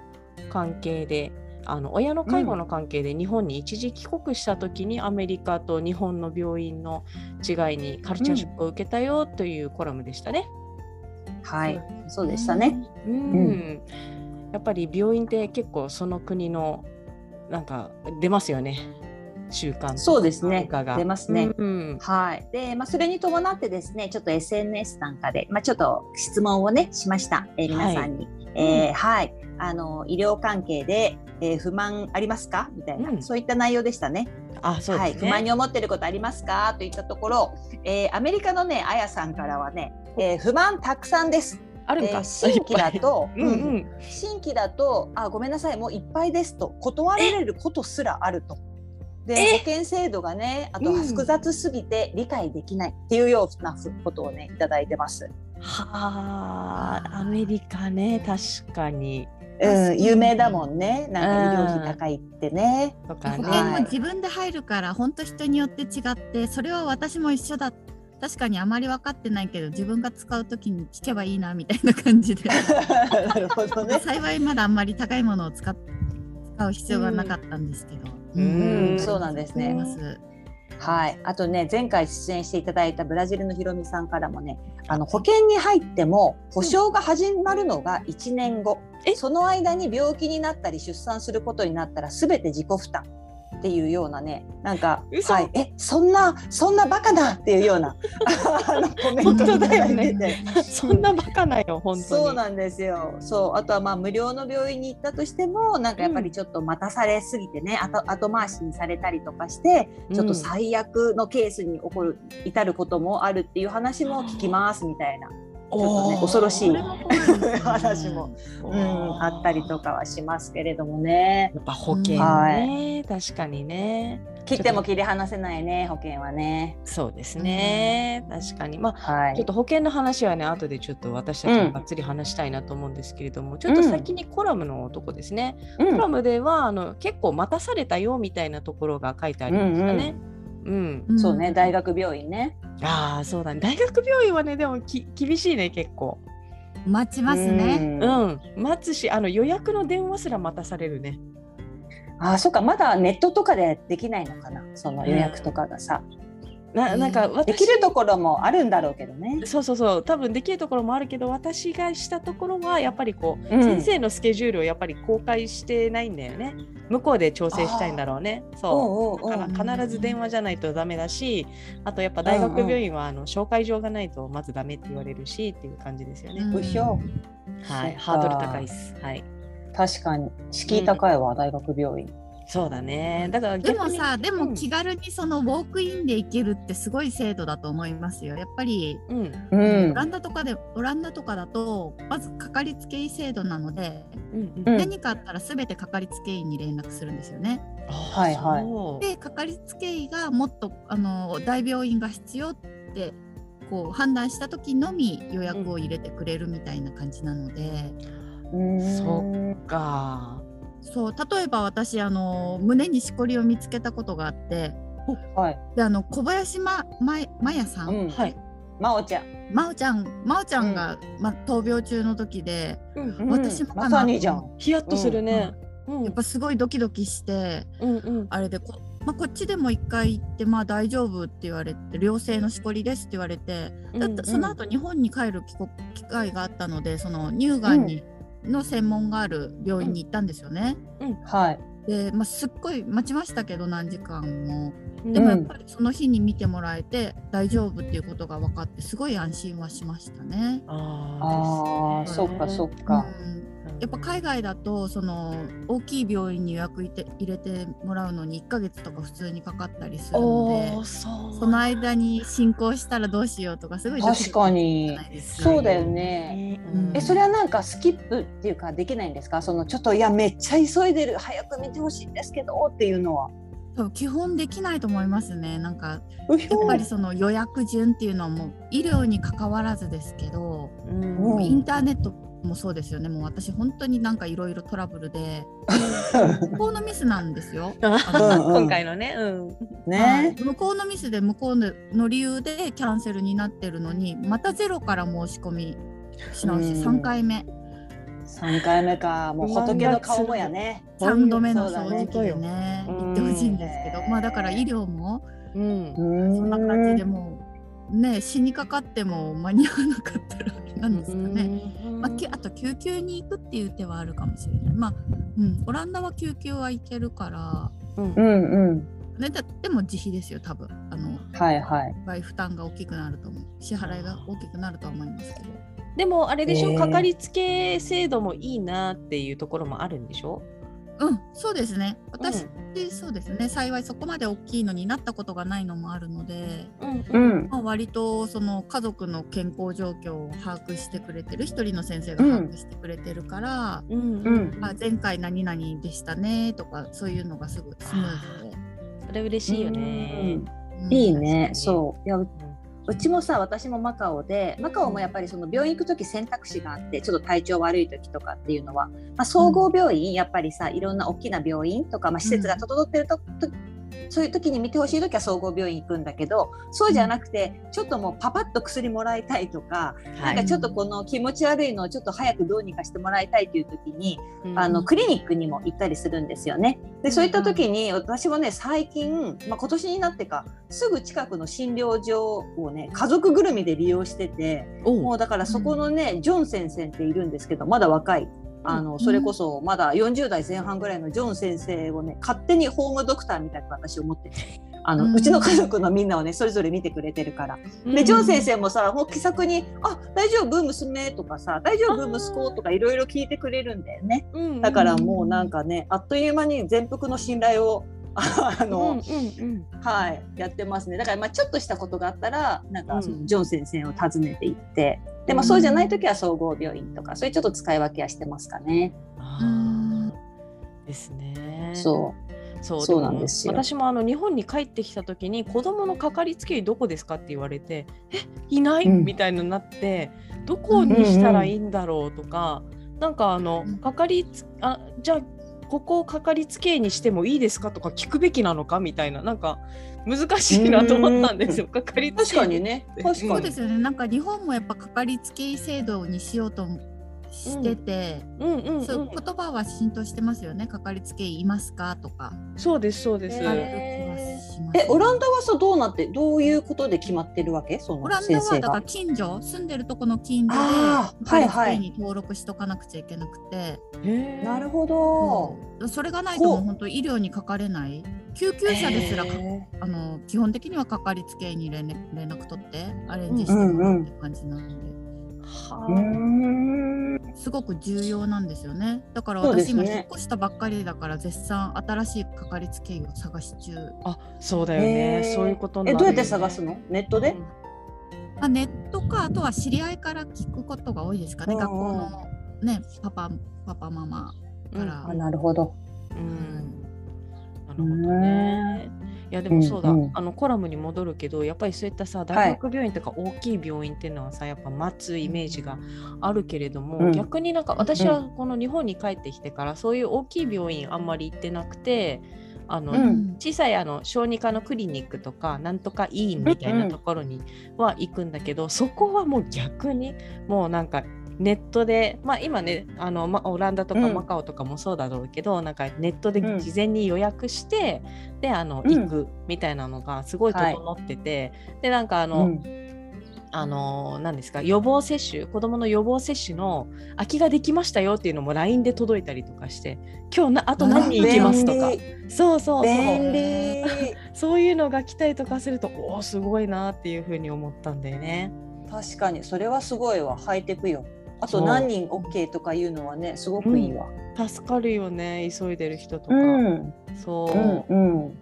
[SPEAKER 1] 関係で、あの親の介護の関係で日本に一時帰国したときに、アメリカと日本の病院の違いにカルチャーショックを受けたよというコラムでしたね。
[SPEAKER 3] はい。そうでしたね。。
[SPEAKER 1] うん、やっぱり病院って結構その国のなんか出ますよね、習慣とか
[SPEAKER 3] そうですね
[SPEAKER 1] 文化が
[SPEAKER 3] 出ますね
[SPEAKER 1] うん
[SPEAKER 3] はい。で、まあ、それに伴ってですね、ちょっと SNS なんかで、まあ、ちょっと質問をね、しました。えー皆さんに。えーはい。あの、医療関係で、えー不満ありますかみたいな、
[SPEAKER 1] うん
[SPEAKER 3] そういった内容でしたね。
[SPEAKER 1] あ、そう
[SPEAKER 3] は
[SPEAKER 1] で
[SPEAKER 3] い。
[SPEAKER 1] す
[SPEAKER 3] 不
[SPEAKER 1] ね。
[SPEAKER 3] 満に思ってることありますかといったところ、えーアメリカのね、あやさんからはね、えー不満たくさんです。
[SPEAKER 1] あ
[SPEAKER 3] え
[SPEAKER 1] るんか、
[SPEAKER 3] ー新規だ
[SPEAKER 1] いっぱい
[SPEAKER 3] と、
[SPEAKER 1] <laughs> うん
[SPEAKER 3] うん
[SPEAKER 1] うん。
[SPEAKER 3] 新規だとあごめんなさいもういっぱいですと断られることすらあると。で
[SPEAKER 1] え
[SPEAKER 3] 保険制度がねあと
[SPEAKER 1] うん
[SPEAKER 3] 複雑すぎて理解できないっていうようなことをねいただいてます。
[SPEAKER 1] はあ、アメリカね、確かに。
[SPEAKER 3] うん、有名だもんねなんか医療費高いって
[SPEAKER 1] <laughs>
[SPEAKER 3] ね。 <laughs>
[SPEAKER 1] とかね。
[SPEAKER 2] 保険
[SPEAKER 3] は
[SPEAKER 2] も
[SPEAKER 3] い
[SPEAKER 2] 自分で入るから本当人によって違ってそれは私も一緒だ確かにあまり分かってないけど自分が使う時に聞けばいいなみたいな感じ
[SPEAKER 3] <laughs>
[SPEAKER 2] で
[SPEAKER 3] なるほどね。
[SPEAKER 2] 幸いまだあんまり高いものを使っ使う必要がなかったんですけど、
[SPEAKER 1] うんうん
[SPEAKER 3] そうなんですね
[SPEAKER 2] あります
[SPEAKER 3] はい、あとね前回出演していただいたブラジルのひろみさんからもねあの保険に入っても保証が始まるのが1年後、
[SPEAKER 1] え
[SPEAKER 3] その間に病気になったり出産することになったら全て自己負担っていうようなねなんか、
[SPEAKER 1] 嘘
[SPEAKER 3] はい、えそんなそんなバカなっていうよ
[SPEAKER 1] <laughs>
[SPEAKER 3] うなあのコメントが
[SPEAKER 1] 本当だ
[SPEAKER 3] 出
[SPEAKER 1] よ
[SPEAKER 3] て。
[SPEAKER 1] そんなバカなよ、本当に。
[SPEAKER 3] そうなんですよそうあとはまあ無料の病院に行ったとしてもなんかやっぱりちょっと待たされすぎてね、あと後回しにされたりとかしてちょっと最悪のケースに起こる至ることもあるっていう話も聞きますみたいな、
[SPEAKER 1] ょ
[SPEAKER 3] ちょっとね恐ろしい
[SPEAKER 2] これも怖いですね
[SPEAKER 3] <laughs> 話もうん、あったりと
[SPEAKER 1] か。
[SPEAKER 3] かはしますけれどもね
[SPEAKER 1] やっぱ保険ね、
[SPEAKER 3] は
[SPEAKER 1] 確かにね。
[SPEAKER 3] 切っても切り離せないね保険はね。
[SPEAKER 1] そうですね、確かに。まあ
[SPEAKER 3] はい
[SPEAKER 1] ちょっと保険の話はね、後でちょっと私たちもがっつり話したいなと思うんですけれども、ちょっと先にコラムのとこですね。
[SPEAKER 3] うん
[SPEAKER 1] コラムではあの結構待たされたよみたいなところが書いてありましたね。うん、
[SPEAKER 2] ん
[SPEAKER 3] そうね大学病院ね。
[SPEAKER 1] ああ、そうだね。大学病院はね、でもき厳しいね、結構。
[SPEAKER 2] 待ちますね。
[SPEAKER 1] う
[SPEAKER 3] うん
[SPEAKER 1] ん、待つし、あの予約の電話すら待たされるね。
[SPEAKER 3] あ、そっか、まだネットとかでできないのかな、その予約とかがさ。
[SPEAKER 1] な、なんか、
[SPEAKER 3] で
[SPEAKER 1] 私
[SPEAKER 3] きるところもあるんだろうけどね。
[SPEAKER 1] そうそうそう、多分できるところもあるけど、私がしたところはやっぱりこう、
[SPEAKER 3] うん
[SPEAKER 1] 先生のスケジュールをやっぱり公開してないんだよね。向こうで調整したいんだろうね。そう。
[SPEAKER 3] おうおうおう
[SPEAKER 1] だから必ず電話じゃないとダメだし、あとやっぱ大学病院はあの紹介状がないとまずダメって言われるしっていう感じですよね。
[SPEAKER 2] うん
[SPEAKER 3] 部署
[SPEAKER 1] は
[SPEAKER 3] そ
[SPEAKER 1] い、
[SPEAKER 3] っか
[SPEAKER 1] ハードル高いです。はい。
[SPEAKER 3] 確かに敷居高いわ、大学病院。
[SPEAKER 1] そうだね。だから
[SPEAKER 2] で
[SPEAKER 1] 逆
[SPEAKER 2] も
[SPEAKER 1] に
[SPEAKER 2] さ、で
[SPEAKER 1] う
[SPEAKER 2] も
[SPEAKER 1] ん
[SPEAKER 2] 気軽にそのウォークインで行けるってすごい制度だと思いますよ。やっぱり、
[SPEAKER 1] うん、
[SPEAKER 3] う
[SPEAKER 2] オ
[SPEAKER 3] ん
[SPEAKER 2] ラ。ンダとかでオランダとかだとまずかかりつけ医制度なので、
[SPEAKER 1] うん、
[SPEAKER 3] うん
[SPEAKER 2] 何かあったらすべてかかりつけ医に連絡するんですよね。
[SPEAKER 1] はい
[SPEAKER 3] はい
[SPEAKER 1] い。
[SPEAKER 2] でかかりつけ医がもっとあの大病院が必要ってこう判断した時のみ予約を入れてくれるみたいな感じなので、
[SPEAKER 1] そっか。
[SPEAKER 2] そう例えば私あの胸にしこりを見つけたことがあって
[SPEAKER 3] はい。
[SPEAKER 2] であの小林まままやさん、
[SPEAKER 3] うん。。
[SPEAKER 1] はいい。
[SPEAKER 3] まおちゃん。
[SPEAKER 2] まおちゃんまおちゃんが、ま、闘病中の時で
[SPEAKER 1] うん、
[SPEAKER 2] 私もかな
[SPEAKER 3] まさにじゃん。
[SPEAKER 1] ヒヤッとするね。うん、
[SPEAKER 2] やっぱすごいドキドキして
[SPEAKER 1] うん、うん、
[SPEAKER 2] あれでこ,、まあ、こっちでも一回行ってまあ大丈夫って言われて良性のしこりですって言われて。だってその後日本に帰る帰国機会があったのでその乳がんに、の専門がある病院に行ったんですよね。
[SPEAKER 3] はい。
[SPEAKER 2] で、まあ、すっごい待ちましたけど何時間も。
[SPEAKER 1] うん
[SPEAKER 2] でも
[SPEAKER 3] う
[SPEAKER 2] や
[SPEAKER 3] ん
[SPEAKER 2] っぱりその日に見てもらえて大丈夫っていうことが分かってすごい安心はしましたね。
[SPEAKER 1] あー
[SPEAKER 3] ああ、
[SPEAKER 1] です
[SPEAKER 3] そ
[SPEAKER 1] ね
[SPEAKER 3] っかそっ
[SPEAKER 2] う
[SPEAKER 3] か。
[SPEAKER 2] ん、やっぱ海外だとその大きい病院に予約入れて入れてもらうのに1ヶ月とか普通にかかったりするの
[SPEAKER 1] お
[SPEAKER 2] で
[SPEAKER 1] ーそう
[SPEAKER 2] その間に進行したらどうしようとかすごいドキドキ
[SPEAKER 3] 確か
[SPEAKER 2] じゃ
[SPEAKER 3] に
[SPEAKER 2] な。いですか
[SPEAKER 3] そうだよね。
[SPEAKER 2] うん
[SPEAKER 3] え、それはなんかスキップっていうかできないんですか。そのちょっといやめっちゃ急いでる早く見てほしいんですけどっていうのは。
[SPEAKER 2] 多分基本できないと思いますねなんか
[SPEAKER 3] うひ
[SPEAKER 2] や
[SPEAKER 3] ょ
[SPEAKER 2] っぱりその予約順っていうのはもう医療に関わらずですけど、
[SPEAKER 1] うん
[SPEAKER 3] うん
[SPEAKER 2] インターネットもそうですよねもう私本当になんかいろいろトラブル
[SPEAKER 3] <laughs>
[SPEAKER 2] で向こうのミスなんですよ。
[SPEAKER 3] うんうん
[SPEAKER 1] 今回のね、うん、
[SPEAKER 2] はい
[SPEAKER 3] <laughs> ね。
[SPEAKER 2] 向こうのミスで向こうのの理由でキャンセルになってるのにまたゼロから申し込みし直し
[SPEAKER 3] うん
[SPEAKER 2] 3回目
[SPEAKER 3] 三回目か。もう仏の顔もやね。
[SPEAKER 2] 3度目の
[SPEAKER 3] そうだ
[SPEAKER 2] 正
[SPEAKER 3] ね
[SPEAKER 2] 直でね
[SPEAKER 1] うん
[SPEAKER 2] 行ってほしいんですけどまあだから医療も
[SPEAKER 1] うん
[SPEAKER 3] う、
[SPEAKER 2] そんな感じで
[SPEAKER 3] ん。
[SPEAKER 2] もうね死にかかっても間に合わなかったらあれなんですかね。まあ、きゅあと救急に行くっていう手はあるかもしれない。まあうん、オランダは救急は行けるから、
[SPEAKER 1] うん
[SPEAKER 3] うんうん。
[SPEAKER 2] ね、だでも自費ですよ多分あの
[SPEAKER 3] はいはい。
[SPEAKER 2] 倍負担が大きくなると思う支払いが大きくなるとは思いますけど
[SPEAKER 1] でもあれでしょ、
[SPEAKER 3] えー
[SPEAKER 1] かかりつけ制度もいいなっていうところもあるんでしょ。
[SPEAKER 2] うんそうですね私、そうですね幸いそこまで大きいのになったことがないのもあるので、
[SPEAKER 1] うん、
[SPEAKER 3] う
[SPEAKER 1] うん、
[SPEAKER 3] ん。
[SPEAKER 2] まあ、割とその家族の健康状況を把握してくれてる一人の先生が把握してくれてるから、
[SPEAKER 1] うん、
[SPEAKER 3] うん
[SPEAKER 2] あ前回何々でしたねとかそういうのがすぐスムーズで。
[SPEAKER 1] それ嬉しいよね。
[SPEAKER 2] うん
[SPEAKER 3] いい
[SPEAKER 1] 確か
[SPEAKER 3] ね。
[SPEAKER 1] に
[SPEAKER 3] そう。いやううちもさ私もマカオでマカオもやっぱりその病院行く時選択肢があってちょっと体調悪い時とかっていうのは、まあ、総合病院、やっぱりさいろんな大きな病院とか、まあ、施設が整ってると、とそういう時に見てほしい時は総合病院行くんだけどそうじゃなくてちょっともうパパッと薬もらいたいとか、
[SPEAKER 1] は
[SPEAKER 3] ないんかちょっとこの気持ち悪いのをちょっと早くどうにかしてもらいたいという時にあ
[SPEAKER 1] う
[SPEAKER 3] の
[SPEAKER 1] ん
[SPEAKER 3] クリニックにも行ったりするんですよね。でそういった時に私もね最近、まあ、今年になってかすぐ近くの診療所をね家族ぐるみで利用してても
[SPEAKER 1] おう
[SPEAKER 3] うだからそこのね、ジョン先生っているんですけどまだ若い。あのそれこそまだ40代前半ぐらいのジョン先生をね勝手にホームドクターみたいに私思っててあの、
[SPEAKER 2] う
[SPEAKER 3] うんちの家族のみんなをねそれぞれ見てくれてるからでジョン先生もさもう気さくに「あ大丈夫娘」とかさ「大丈夫息子」とかいろいろ聞いてくれるんだよね
[SPEAKER 1] うん
[SPEAKER 3] だからもうなんかねあっという間に全幅の信頼をあ
[SPEAKER 1] うん、うん、う
[SPEAKER 3] の、
[SPEAKER 1] ん、
[SPEAKER 3] はいやってますねだからまあちょっとしたことがあったらなん
[SPEAKER 1] う
[SPEAKER 3] か
[SPEAKER 1] ん
[SPEAKER 3] そのジョン先生を訪ねて行って、で
[SPEAKER 1] う
[SPEAKER 3] ま
[SPEAKER 1] ん
[SPEAKER 3] あそうじゃない時は総合病院とかそういうちょっと使い分けはしてますかね、
[SPEAKER 1] あーですね。
[SPEAKER 3] そう
[SPEAKER 1] そう
[SPEAKER 3] そうなんですよ
[SPEAKER 1] も私もあの日本に帰ってきた時に子供のかかりつけ医どこですかって言われてえいない、
[SPEAKER 3] うん
[SPEAKER 1] みたいになってどこにしたらいいんだろうとか、なんかあの
[SPEAKER 2] うん
[SPEAKER 1] かかりつあじゃあここをかかりつけ医にしてもいいですかとか聞くべきなのかみたいななんか難しいなと思ったんですよ。かかりつ
[SPEAKER 3] 確
[SPEAKER 1] け
[SPEAKER 3] か
[SPEAKER 1] 医
[SPEAKER 3] にね
[SPEAKER 1] うん
[SPEAKER 3] 確
[SPEAKER 2] そ
[SPEAKER 3] か
[SPEAKER 2] うで
[SPEAKER 3] に
[SPEAKER 2] すよねなんか日本もやっぱかかりつけ医制度にしようとしてて、
[SPEAKER 1] うんうんうん、
[SPEAKER 2] そう言葉は浸透してますよねかかりつけ医いますかとか
[SPEAKER 1] そうですそうです。
[SPEAKER 2] ある
[SPEAKER 3] へ
[SPEAKER 2] 気はします、
[SPEAKER 3] えオランダはさどうなってどういうことで決まってるわけそ
[SPEAKER 2] オ
[SPEAKER 3] の
[SPEAKER 2] ランダ
[SPEAKER 3] 先
[SPEAKER 2] は
[SPEAKER 3] 生
[SPEAKER 2] だから
[SPEAKER 3] が。
[SPEAKER 2] 近所住んでるとこの近所で
[SPEAKER 3] あーはい
[SPEAKER 2] か
[SPEAKER 3] は
[SPEAKER 2] かりつけ医
[SPEAKER 3] い。
[SPEAKER 2] に登録しとかなくちゃいけなくて、
[SPEAKER 3] なる
[SPEAKER 1] ほ
[SPEAKER 3] ほど。
[SPEAKER 2] うんそれがないとも
[SPEAKER 3] ほ
[SPEAKER 2] う
[SPEAKER 3] う
[SPEAKER 2] 本当医療にかかれない救急車ですらかあの基本的にはかかりつけ医に連絡連絡取ってアレンジしてもらうって感じなので、
[SPEAKER 3] うーん
[SPEAKER 2] すごく重要なんですよねだから
[SPEAKER 3] そうで
[SPEAKER 2] 私
[SPEAKER 3] す
[SPEAKER 2] 今
[SPEAKER 3] ね
[SPEAKER 2] 引っ越したばっかりだから絶賛新しいかかりつけ医を探し中、
[SPEAKER 1] あそうだよね、
[SPEAKER 3] へー
[SPEAKER 1] そういうことにな
[SPEAKER 3] え
[SPEAKER 1] る
[SPEAKER 3] どうやって探す
[SPEAKER 1] の
[SPEAKER 3] の？ネットで？
[SPEAKER 2] まあ、ネットかあとは知り合いから聞くことが多いですかね、
[SPEAKER 3] うんうん
[SPEAKER 2] 学校のねパパパパママから、
[SPEAKER 3] あなるほど。
[SPEAKER 1] うんなるほどね。いやでもそうだ、
[SPEAKER 3] うんうん
[SPEAKER 1] あのコラムに戻るけどやっぱりそういったさ大学病院とか大きい病院っていうのはさやっぱ待つイメージがあるけれども、
[SPEAKER 3] うん
[SPEAKER 1] 逆になんか私はこの日本に帰ってきてからそういう大きい病院あんまり行ってなくてあの、
[SPEAKER 3] うん
[SPEAKER 1] 小さいあの小児科のクリニックとかなんとか医院みたいなところには行くんだけど、そこはもう逆にもうなんかネットでまあ今ねあの、ま、オランダとか
[SPEAKER 3] うん
[SPEAKER 1] マカオとかもそうだろうけど、なんかネットで
[SPEAKER 3] うん
[SPEAKER 1] 事前に予約して、であの
[SPEAKER 3] うん
[SPEAKER 1] 行くみたいなのがすごい整ってて、でなんかあ
[SPEAKER 3] う
[SPEAKER 1] の、
[SPEAKER 3] ん
[SPEAKER 1] あの何ですか予防接種子どもの予防接種の空きができましたよっていうのも LINE で届いたりとかして今日なあと何人行きますとか
[SPEAKER 3] 便利
[SPEAKER 1] そうそうそう。
[SPEAKER 3] 便利。
[SPEAKER 1] そういうのが来たりとかするとおおすごいなっていうふうに思ったんだよね。
[SPEAKER 3] 確かにそれはすごいわハイテクよ。あ
[SPEAKER 1] そ
[SPEAKER 3] と
[SPEAKER 1] う
[SPEAKER 3] 何人 OK とかいうのはねすごくいいわ。
[SPEAKER 1] 助かるよね急いでる人とか、
[SPEAKER 3] うん
[SPEAKER 1] そう
[SPEAKER 3] う、んうん。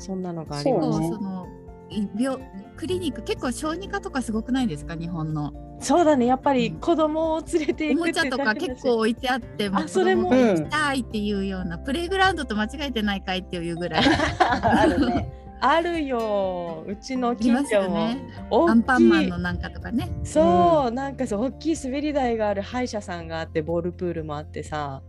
[SPEAKER 1] そんなのがあり
[SPEAKER 3] そ
[SPEAKER 1] ま
[SPEAKER 3] う
[SPEAKER 2] こう
[SPEAKER 3] ね
[SPEAKER 2] そのい病クリニック結構小児科とかすごくないですか日本の
[SPEAKER 1] すそうだねやっぱり
[SPEAKER 2] うん
[SPEAKER 1] 子供を連れて
[SPEAKER 2] お
[SPEAKER 1] いく
[SPEAKER 2] も
[SPEAKER 1] って
[SPEAKER 2] ちゃとか結構置いてあっても
[SPEAKER 1] あそれも
[SPEAKER 2] 子供が行きたいっていうような、プレイグラウンドと間違えてないかいっていうぐらい
[SPEAKER 3] あるね。
[SPEAKER 1] あるようちの
[SPEAKER 2] いま
[SPEAKER 1] 近
[SPEAKER 2] す
[SPEAKER 1] 所
[SPEAKER 2] よ
[SPEAKER 1] も
[SPEAKER 2] ねア
[SPEAKER 1] 大
[SPEAKER 2] ンパンマ
[SPEAKER 1] き
[SPEAKER 2] ン
[SPEAKER 1] い
[SPEAKER 2] のなんかとかね
[SPEAKER 1] そう、なんかそう大きい滑り台がある歯医者さんがあってボールプールもあってさ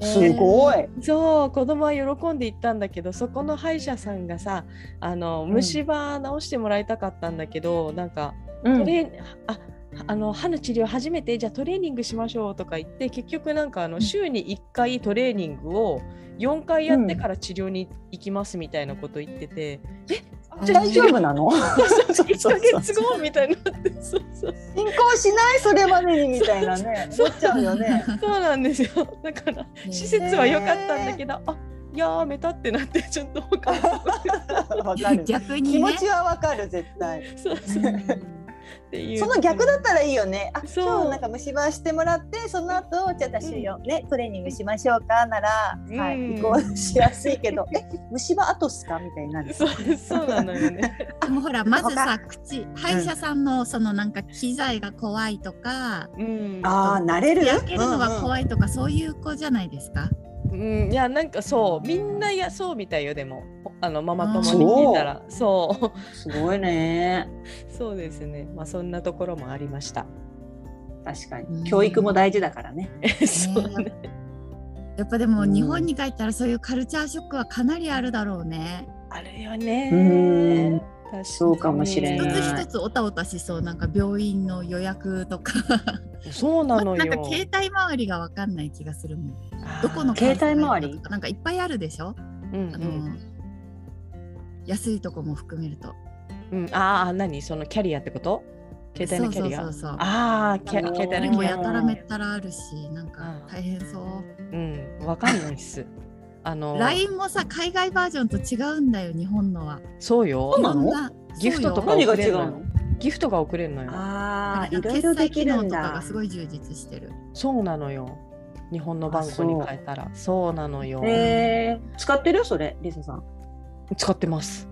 [SPEAKER 3] すごい。
[SPEAKER 1] そう子供は喜んで行ったんだけどそこの歯医者さんがさあの
[SPEAKER 3] ん
[SPEAKER 1] 虫歯治してもらいたかったんだけど、なんか
[SPEAKER 3] うん
[SPEAKER 1] トレーああの歯の治療初めてじゃあトレーニングしましょうとか言って結局なんかあの
[SPEAKER 2] ん
[SPEAKER 1] 週に1回トレーニングを4回やってから治療に行きますみたいなこと言ってて、えあじゃあ
[SPEAKER 3] 大丈夫なの？
[SPEAKER 1] 1ヶ月後みたいになってそうそう
[SPEAKER 3] 進行しないそれまでにみたいなね
[SPEAKER 1] そ
[SPEAKER 3] 思
[SPEAKER 1] う
[SPEAKER 3] っちゃうよね。
[SPEAKER 1] そうなんですよだから施設は良かったんだけど、あやーめたってなってちょっと他のとこ
[SPEAKER 3] わかる。
[SPEAKER 2] 逆
[SPEAKER 3] 気
[SPEAKER 2] に
[SPEAKER 3] 持
[SPEAKER 2] ね
[SPEAKER 3] ちはわかる絶対。
[SPEAKER 1] そうそうっ
[SPEAKER 2] う
[SPEAKER 1] ていう
[SPEAKER 3] その逆だったらいいよね。あ、
[SPEAKER 1] そう
[SPEAKER 3] 今日なんか虫歯してもらって、その後じゃあ私よねトレーニングしましょうかなら、
[SPEAKER 1] うん
[SPEAKER 3] はい移行しやすいけ
[SPEAKER 2] <laughs>
[SPEAKER 3] ど、え虫歯後っすかみたいになる。
[SPEAKER 1] そうそうなのよね
[SPEAKER 2] んでもほらまず
[SPEAKER 3] わか
[SPEAKER 2] さ口歯医者さんのそのなんか機材が怖いとか
[SPEAKER 1] うん
[SPEAKER 3] ああ慣れる。
[SPEAKER 2] 焼けるのが
[SPEAKER 3] い。
[SPEAKER 2] 怖いとか、そういう子じゃないですか
[SPEAKER 1] うん、いやなんかそうみんないやそうみたいよでもほあのママ友に聞いたらそう <laughs>
[SPEAKER 3] すごいね。
[SPEAKER 1] そうですねまあそんなところもありました
[SPEAKER 3] 確か
[SPEAKER 2] うん
[SPEAKER 3] に教育も大事だからね。
[SPEAKER 1] <laughs> そうね
[SPEAKER 2] <laughs> やっぱでも
[SPEAKER 3] うん
[SPEAKER 2] 日本に帰ったらそういうカルチャーショックはかなりあるだろうね
[SPEAKER 1] あるよね
[SPEAKER 3] うん
[SPEAKER 1] 確かに
[SPEAKER 3] そうかもしれ
[SPEAKER 2] 一
[SPEAKER 3] な
[SPEAKER 2] つ
[SPEAKER 3] い
[SPEAKER 2] 一つおたおたしそうなんか病院の予約とか
[SPEAKER 1] そうなの
[SPEAKER 2] な
[SPEAKER 1] よ
[SPEAKER 2] んか携帯周りがわかんない気がするもんどこ
[SPEAKER 1] あ
[SPEAKER 2] の
[SPEAKER 1] ー
[SPEAKER 2] 会社
[SPEAKER 3] 携帯
[SPEAKER 2] なのか
[SPEAKER 3] 周り
[SPEAKER 2] とかなんかいっぱいあるでしょ
[SPEAKER 1] うん
[SPEAKER 2] あ
[SPEAKER 1] う
[SPEAKER 2] の、
[SPEAKER 1] ん
[SPEAKER 2] 安いとこも含めると
[SPEAKER 1] うんああ何そのキャリアってこと携帯のキャリア
[SPEAKER 2] そうそうそうそう
[SPEAKER 1] ああキャ
[SPEAKER 3] あのー
[SPEAKER 1] 携帯
[SPEAKER 2] で
[SPEAKER 1] の
[SPEAKER 2] も
[SPEAKER 1] キャ
[SPEAKER 2] や
[SPEAKER 1] リ
[SPEAKER 2] た
[SPEAKER 1] ア
[SPEAKER 2] らめったらあるしなんか大変そう
[SPEAKER 1] うんわかんないっすあの
[SPEAKER 2] LINE もさ海外バージョンと違うんだよ日本のは
[SPEAKER 1] そうよ
[SPEAKER 3] そうなの
[SPEAKER 2] いろんな
[SPEAKER 1] ギフトとか
[SPEAKER 2] そう
[SPEAKER 3] 何
[SPEAKER 2] よ
[SPEAKER 3] が違うの？
[SPEAKER 1] ギフトが送れるのよ
[SPEAKER 3] あ
[SPEAKER 2] なん
[SPEAKER 3] あ
[SPEAKER 2] か
[SPEAKER 3] いろいろできるん
[SPEAKER 2] 決済機能とか
[SPEAKER 3] だ
[SPEAKER 2] が。すごい充実してる
[SPEAKER 1] そうなのよ日本の番号に変えたらそうなのよ、
[SPEAKER 3] えー、使ってるそれリサさん。
[SPEAKER 1] 使ってます。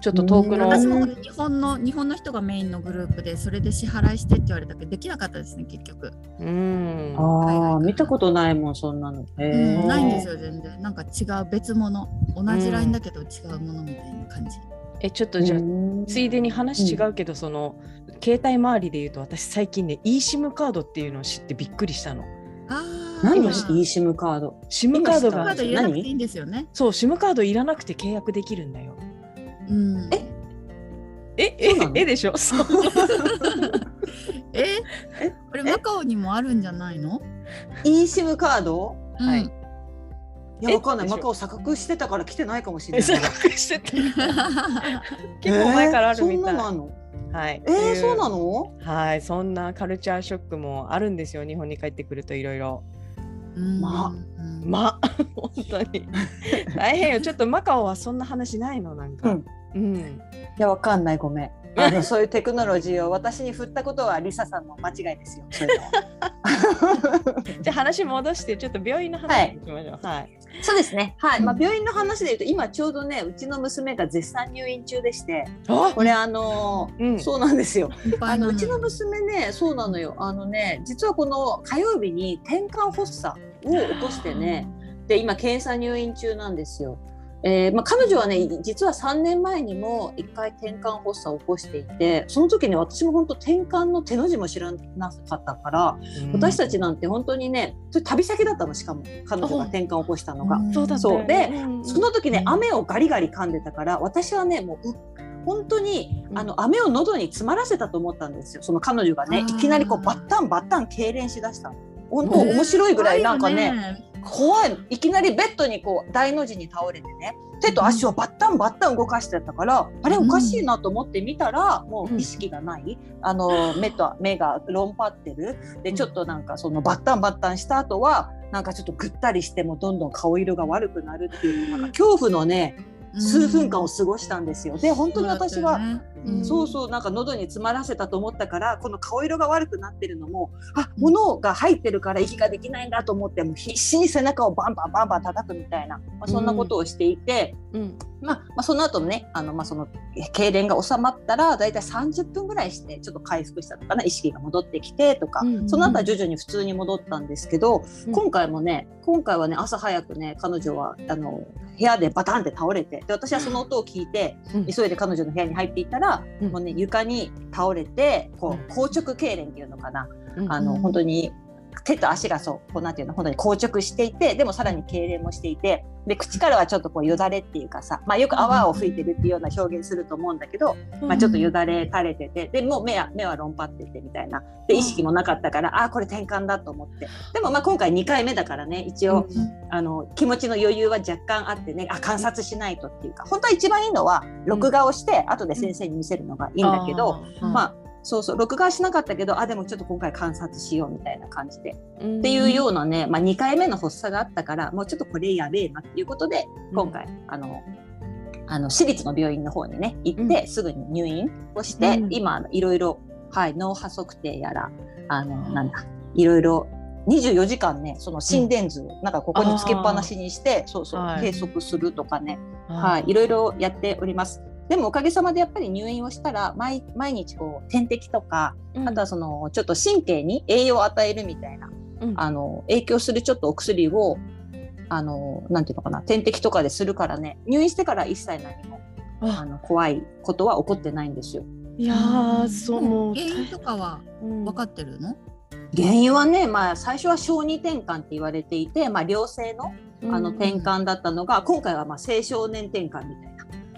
[SPEAKER 1] ちょっと遠く
[SPEAKER 3] うん
[SPEAKER 1] の。
[SPEAKER 2] 私も日本の日本の人がメインのグループでそれで支払いしてって言われたけどできなかったですね結局、
[SPEAKER 1] うん。
[SPEAKER 2] 海外
[SPEAKER 3] あ
[SPEAKER 2] か
[SPEAKER 3] あ
[SPEAKER 2] ら
[SPEAKER 3] 見たことないもんそんなの。へ
[SPEAKER 2] う
[SPEAKER 3] ー
[SPEAKER 2] んないんですよ全然なんか違う別物同じ LINE だけど違うものみたいな感じ、
[SPEAKER 1] え、ちょっとじゃあ、
[SPEAKER 3] うん
[SPEAKER 1] ついでに話違うけど、その携帯周りで言うと、私最近ね、eSIM カードっていうのを知ってびっくりしたの。
[SPEAKER 2] あ
[SPEAKER 3] 何の
[SPEAKER 2] 今
[SPEAKER 3] eSIM カード
[SPEAKER 1] SIM カード
[SPEAKER 2] カ
[SPEAKER 1] が
[SPEAKER 2] ード入れなくていいんですよね。
[SPEAKER 1] そう SIM カードいらなくて契約できるんだよ。
[SPEAKER 2] うん、
[SPEAKER 3] え
[SPEAKER 1] え
[SPEAKER 3] そ
[SPEAKER 1] え
[SPEAKER 3] うなの
[SPEAKER 1] えで
[SPEAKER 3] <laughs>
[SPEAKER 1] しょ。そう
[SPEAKER 2] え
[SPEAKER 3] え
[SPEAKER 2] これマカオにもあるんじゃないの？
[SPEAKER 3] eSIM カード
[SPEAKER 1] はい
[SPEAKER 2] うん
[SPEAKER 3] い
[SPEAKER 1] え
[SPEAKER 3] やわかんない
[SPEAKER 1] でしょ
[SPEAKER 3] マカオ錯覚してたから来てないかもしれない
[SPEAKER 1] 錯
[SPEAKER 3] から
[SPEAKER 1] 覚してて結構前からあるみたい。
[SPEAKER 3] えーそんなのあんの
[SPEAKER 1] はい。
[SPEAKER 3] えー、
[SPEAKER 1] ってい
[SPEAKER 3] そうなの
[SPEAKER 1] はい、そんなカルチャーショックもあるんですよ。日本に帰ってくるといろいろ。
[SPEAKER 2] <laughs> うん
[SPEAKER 3] まあ
[SPEAKER 2] うん
[SPEAKER 1] ま、 <laughs> 本当に大変よ。ちょっとマカオはそんな話ないのなんか。うん。
[SPEAKER 3] いやわかんないごめんあのそういうテクノロジーを私に振ったことはリサさんの間違いですよそういうのは
[SPEAKER 1] じゃあ話戻してちょっと病院の話に行きましょう。はい。
[SPEAKER 3] <laughs> そうですねはい、まあ
[SPEAKER 2] う、ん
[SPEAKER 3] 病院の話で言うと今ちょうどねうちの娘が絶賛入院中でして
[SPEAKER 1] あ、
[SPEAKER 3] これあのー
[SPEAKER 1] うん
[SPEAKER 3] そうなんですよ
[SPEAKER 2] いっぱ
[SPEAKER 3] あ
[SPEAKER 2] いな
[SPEAKER 3] の
[SPEAKER 2] の
[SPEAKER 3] う
[SPEAKER 2] に
[SPEAKER 3] ちの娘ねそうなのよあのね実はこの火曜日に転換発作を起こしてねで今検査入院中なんですよ。えーまあ、彼女はね実は3年前にも1回転換発作を起こしていてその時に私も本当転換の手の字も知らなかったから、
[SPEAKER 1] うん。
[SPEAKER 3] 私たちなんて本当にねそれ旅先だったのしかも彼女が転換を起こしたのが。
[SPEAKER 2] ん
[SPEAKER 1] そうだったよねうん
[SPEAKER 3] その時ね
[SPEAKER 2] うん
[SPEAKER 3] 雨をガリガリ噛んでたから私はねもうう本当に
[SPEAKER 1] うん
[SPEAKER 3] あの雨を喉に詰まらせたと思ったんですよその彼女がね
[SPEAKER 2] あー
[SPEAKER 3] いきなりこうバッタンバッタン痙攣しだしたの本当
[SPEAKER 1] もう
[SPEAKER 3] 面白いぐらいなんか
[SPEAKER 2] 怖
[SPEAKER 3] ね
[SPEAKER 2] よね
[SPEAKER 3] 怖いいきなりベッドにこう大の字に倒れてね手と足をバッタンバッタン動かしてたから、あれおかしいなと思って見たら、もう意識がないあの目と目が論張ってるでちょっとなんかそのバッタンバッタンした後はなんかちょっとぐったりしてもどんどん顔色が悪くなるっていうなんか恐怖のね
[SPEAKER 2] うん
[SPEAKER 3] 数分間を過ごしたんですよ。で本当に私は
[SPEAKER 1] うん
[SPEAKER 3] そうそうなんか喉に詰まらせたと思ったからこの顔色が悪くなってるのもあ物が入ってるから息ができないんだと思ってもう必死に背中をバンバンバンバン叩くみたいな、まあ、そんなことをしていて、
[SPEAKER 1] うん。
[SPEAKER 3] まあまあ、その後もねあの、まあ、そのえ痙攣が収まったら大体30分ぐらいしてちょっと回復したのかな意識が戻ってきてとか、
[SPEAKER 1] うん
[SPEAKER 3] その後は徐々に普通に戻ったんですけど、
[SPEAKER 1] うん
[SPEAKER 3] 今回もね今回はね朝早くね彼女はあの部屋でバタンって倒れてで私はその音を聞いて、
[SPEAKER 1] うん
[SPEAKER 3] 急いで彼女の部屋に入っていったら、
[SPEAKER 1] うん
[SPEAKER 3] もうね床に倒れてこ
[SPEAKER 1] うん
[SPEAKER 3] う硬直痙攣っていうのかな、
[SPEAKER 1] うん
[SPEAKER 3] あの
[SPEAKER 2] うん
[SPEAKER 3] 本当に手と足がそうこうなんていうの本当に硬直していてでもさらに痙攣もしていてで口からはちょっとこうよだれっていうかさ、まあ、よく泡を吹いてるっていうような表現すると思うんだけど、まあ、ちょっとよだれ垂れててでもう目は目は論張っててみたいなで意識もなかったから、ああーこれ転換だと思ってでもまあ今回2回目だからね一応、
[SPEAKER 1] うん
[SPEAKER 3] あの気持ちの余裕は若干あってねあ観察しないとっていうか本当は一番いいのは録画をして、後で先生に見せるのがいいんだけど、、まあそうそう録画はしなかったけどあでもちょっと今回観察しようみたいな感じで、
[SPEAKER 1] っ
[SPEAKER 3] っていうようなね、まあ、2回目の発作があったからもうちょっとこれやべえなっていうことで今回、あのあの私立の病院の方にね行って、
[SPEAKER 1] う
[SPEAKER 3] すぐに入院をして、
[SPEAKER 1] うん
[SPEAKER 3] 今いろいろ、はい、脳波測定やらあのなんだいろいろ24時間ねその心電図を、なんかここにつけっぱなしにしてそうそう、
[SPEAKER 1] はい
[SPEAKER 3] 計測するとかね
[SPEAKER 1] うん、
[SPEAKER 3] はい、いろいろやっております。でもおかげさまでやっぱり入院をしたら毎毎日こう点滴とか、
[SPEAKER 1] うん
[SPEAKER 3] あとはそのちょっと神経に栄養を与えるみたいな
[SPEAKER 1] うん
[SPEAKER 3] あの影響するちょっとお薬をあのなんていうのかな点滴とかでするからね入院してから一切何もあ
[SPEAKER 1] あ
[SPEAKER 3] の怖いことは起こってないんですよ。
[SPEAKER 1] いやー、そうもう
[SPEAKER 2] 原因とかは
[SPEAKER 1] うん
[SPEAKER 2] 分かってるの？
[SPEAKER 3] 原因はね、まあ、最初は小児転換って言われていて、まあ、良性のあの
[SPEAKER 1] うん
[SPEAKER 3] 転換だったのが、今回はまあ青少年転換みたいな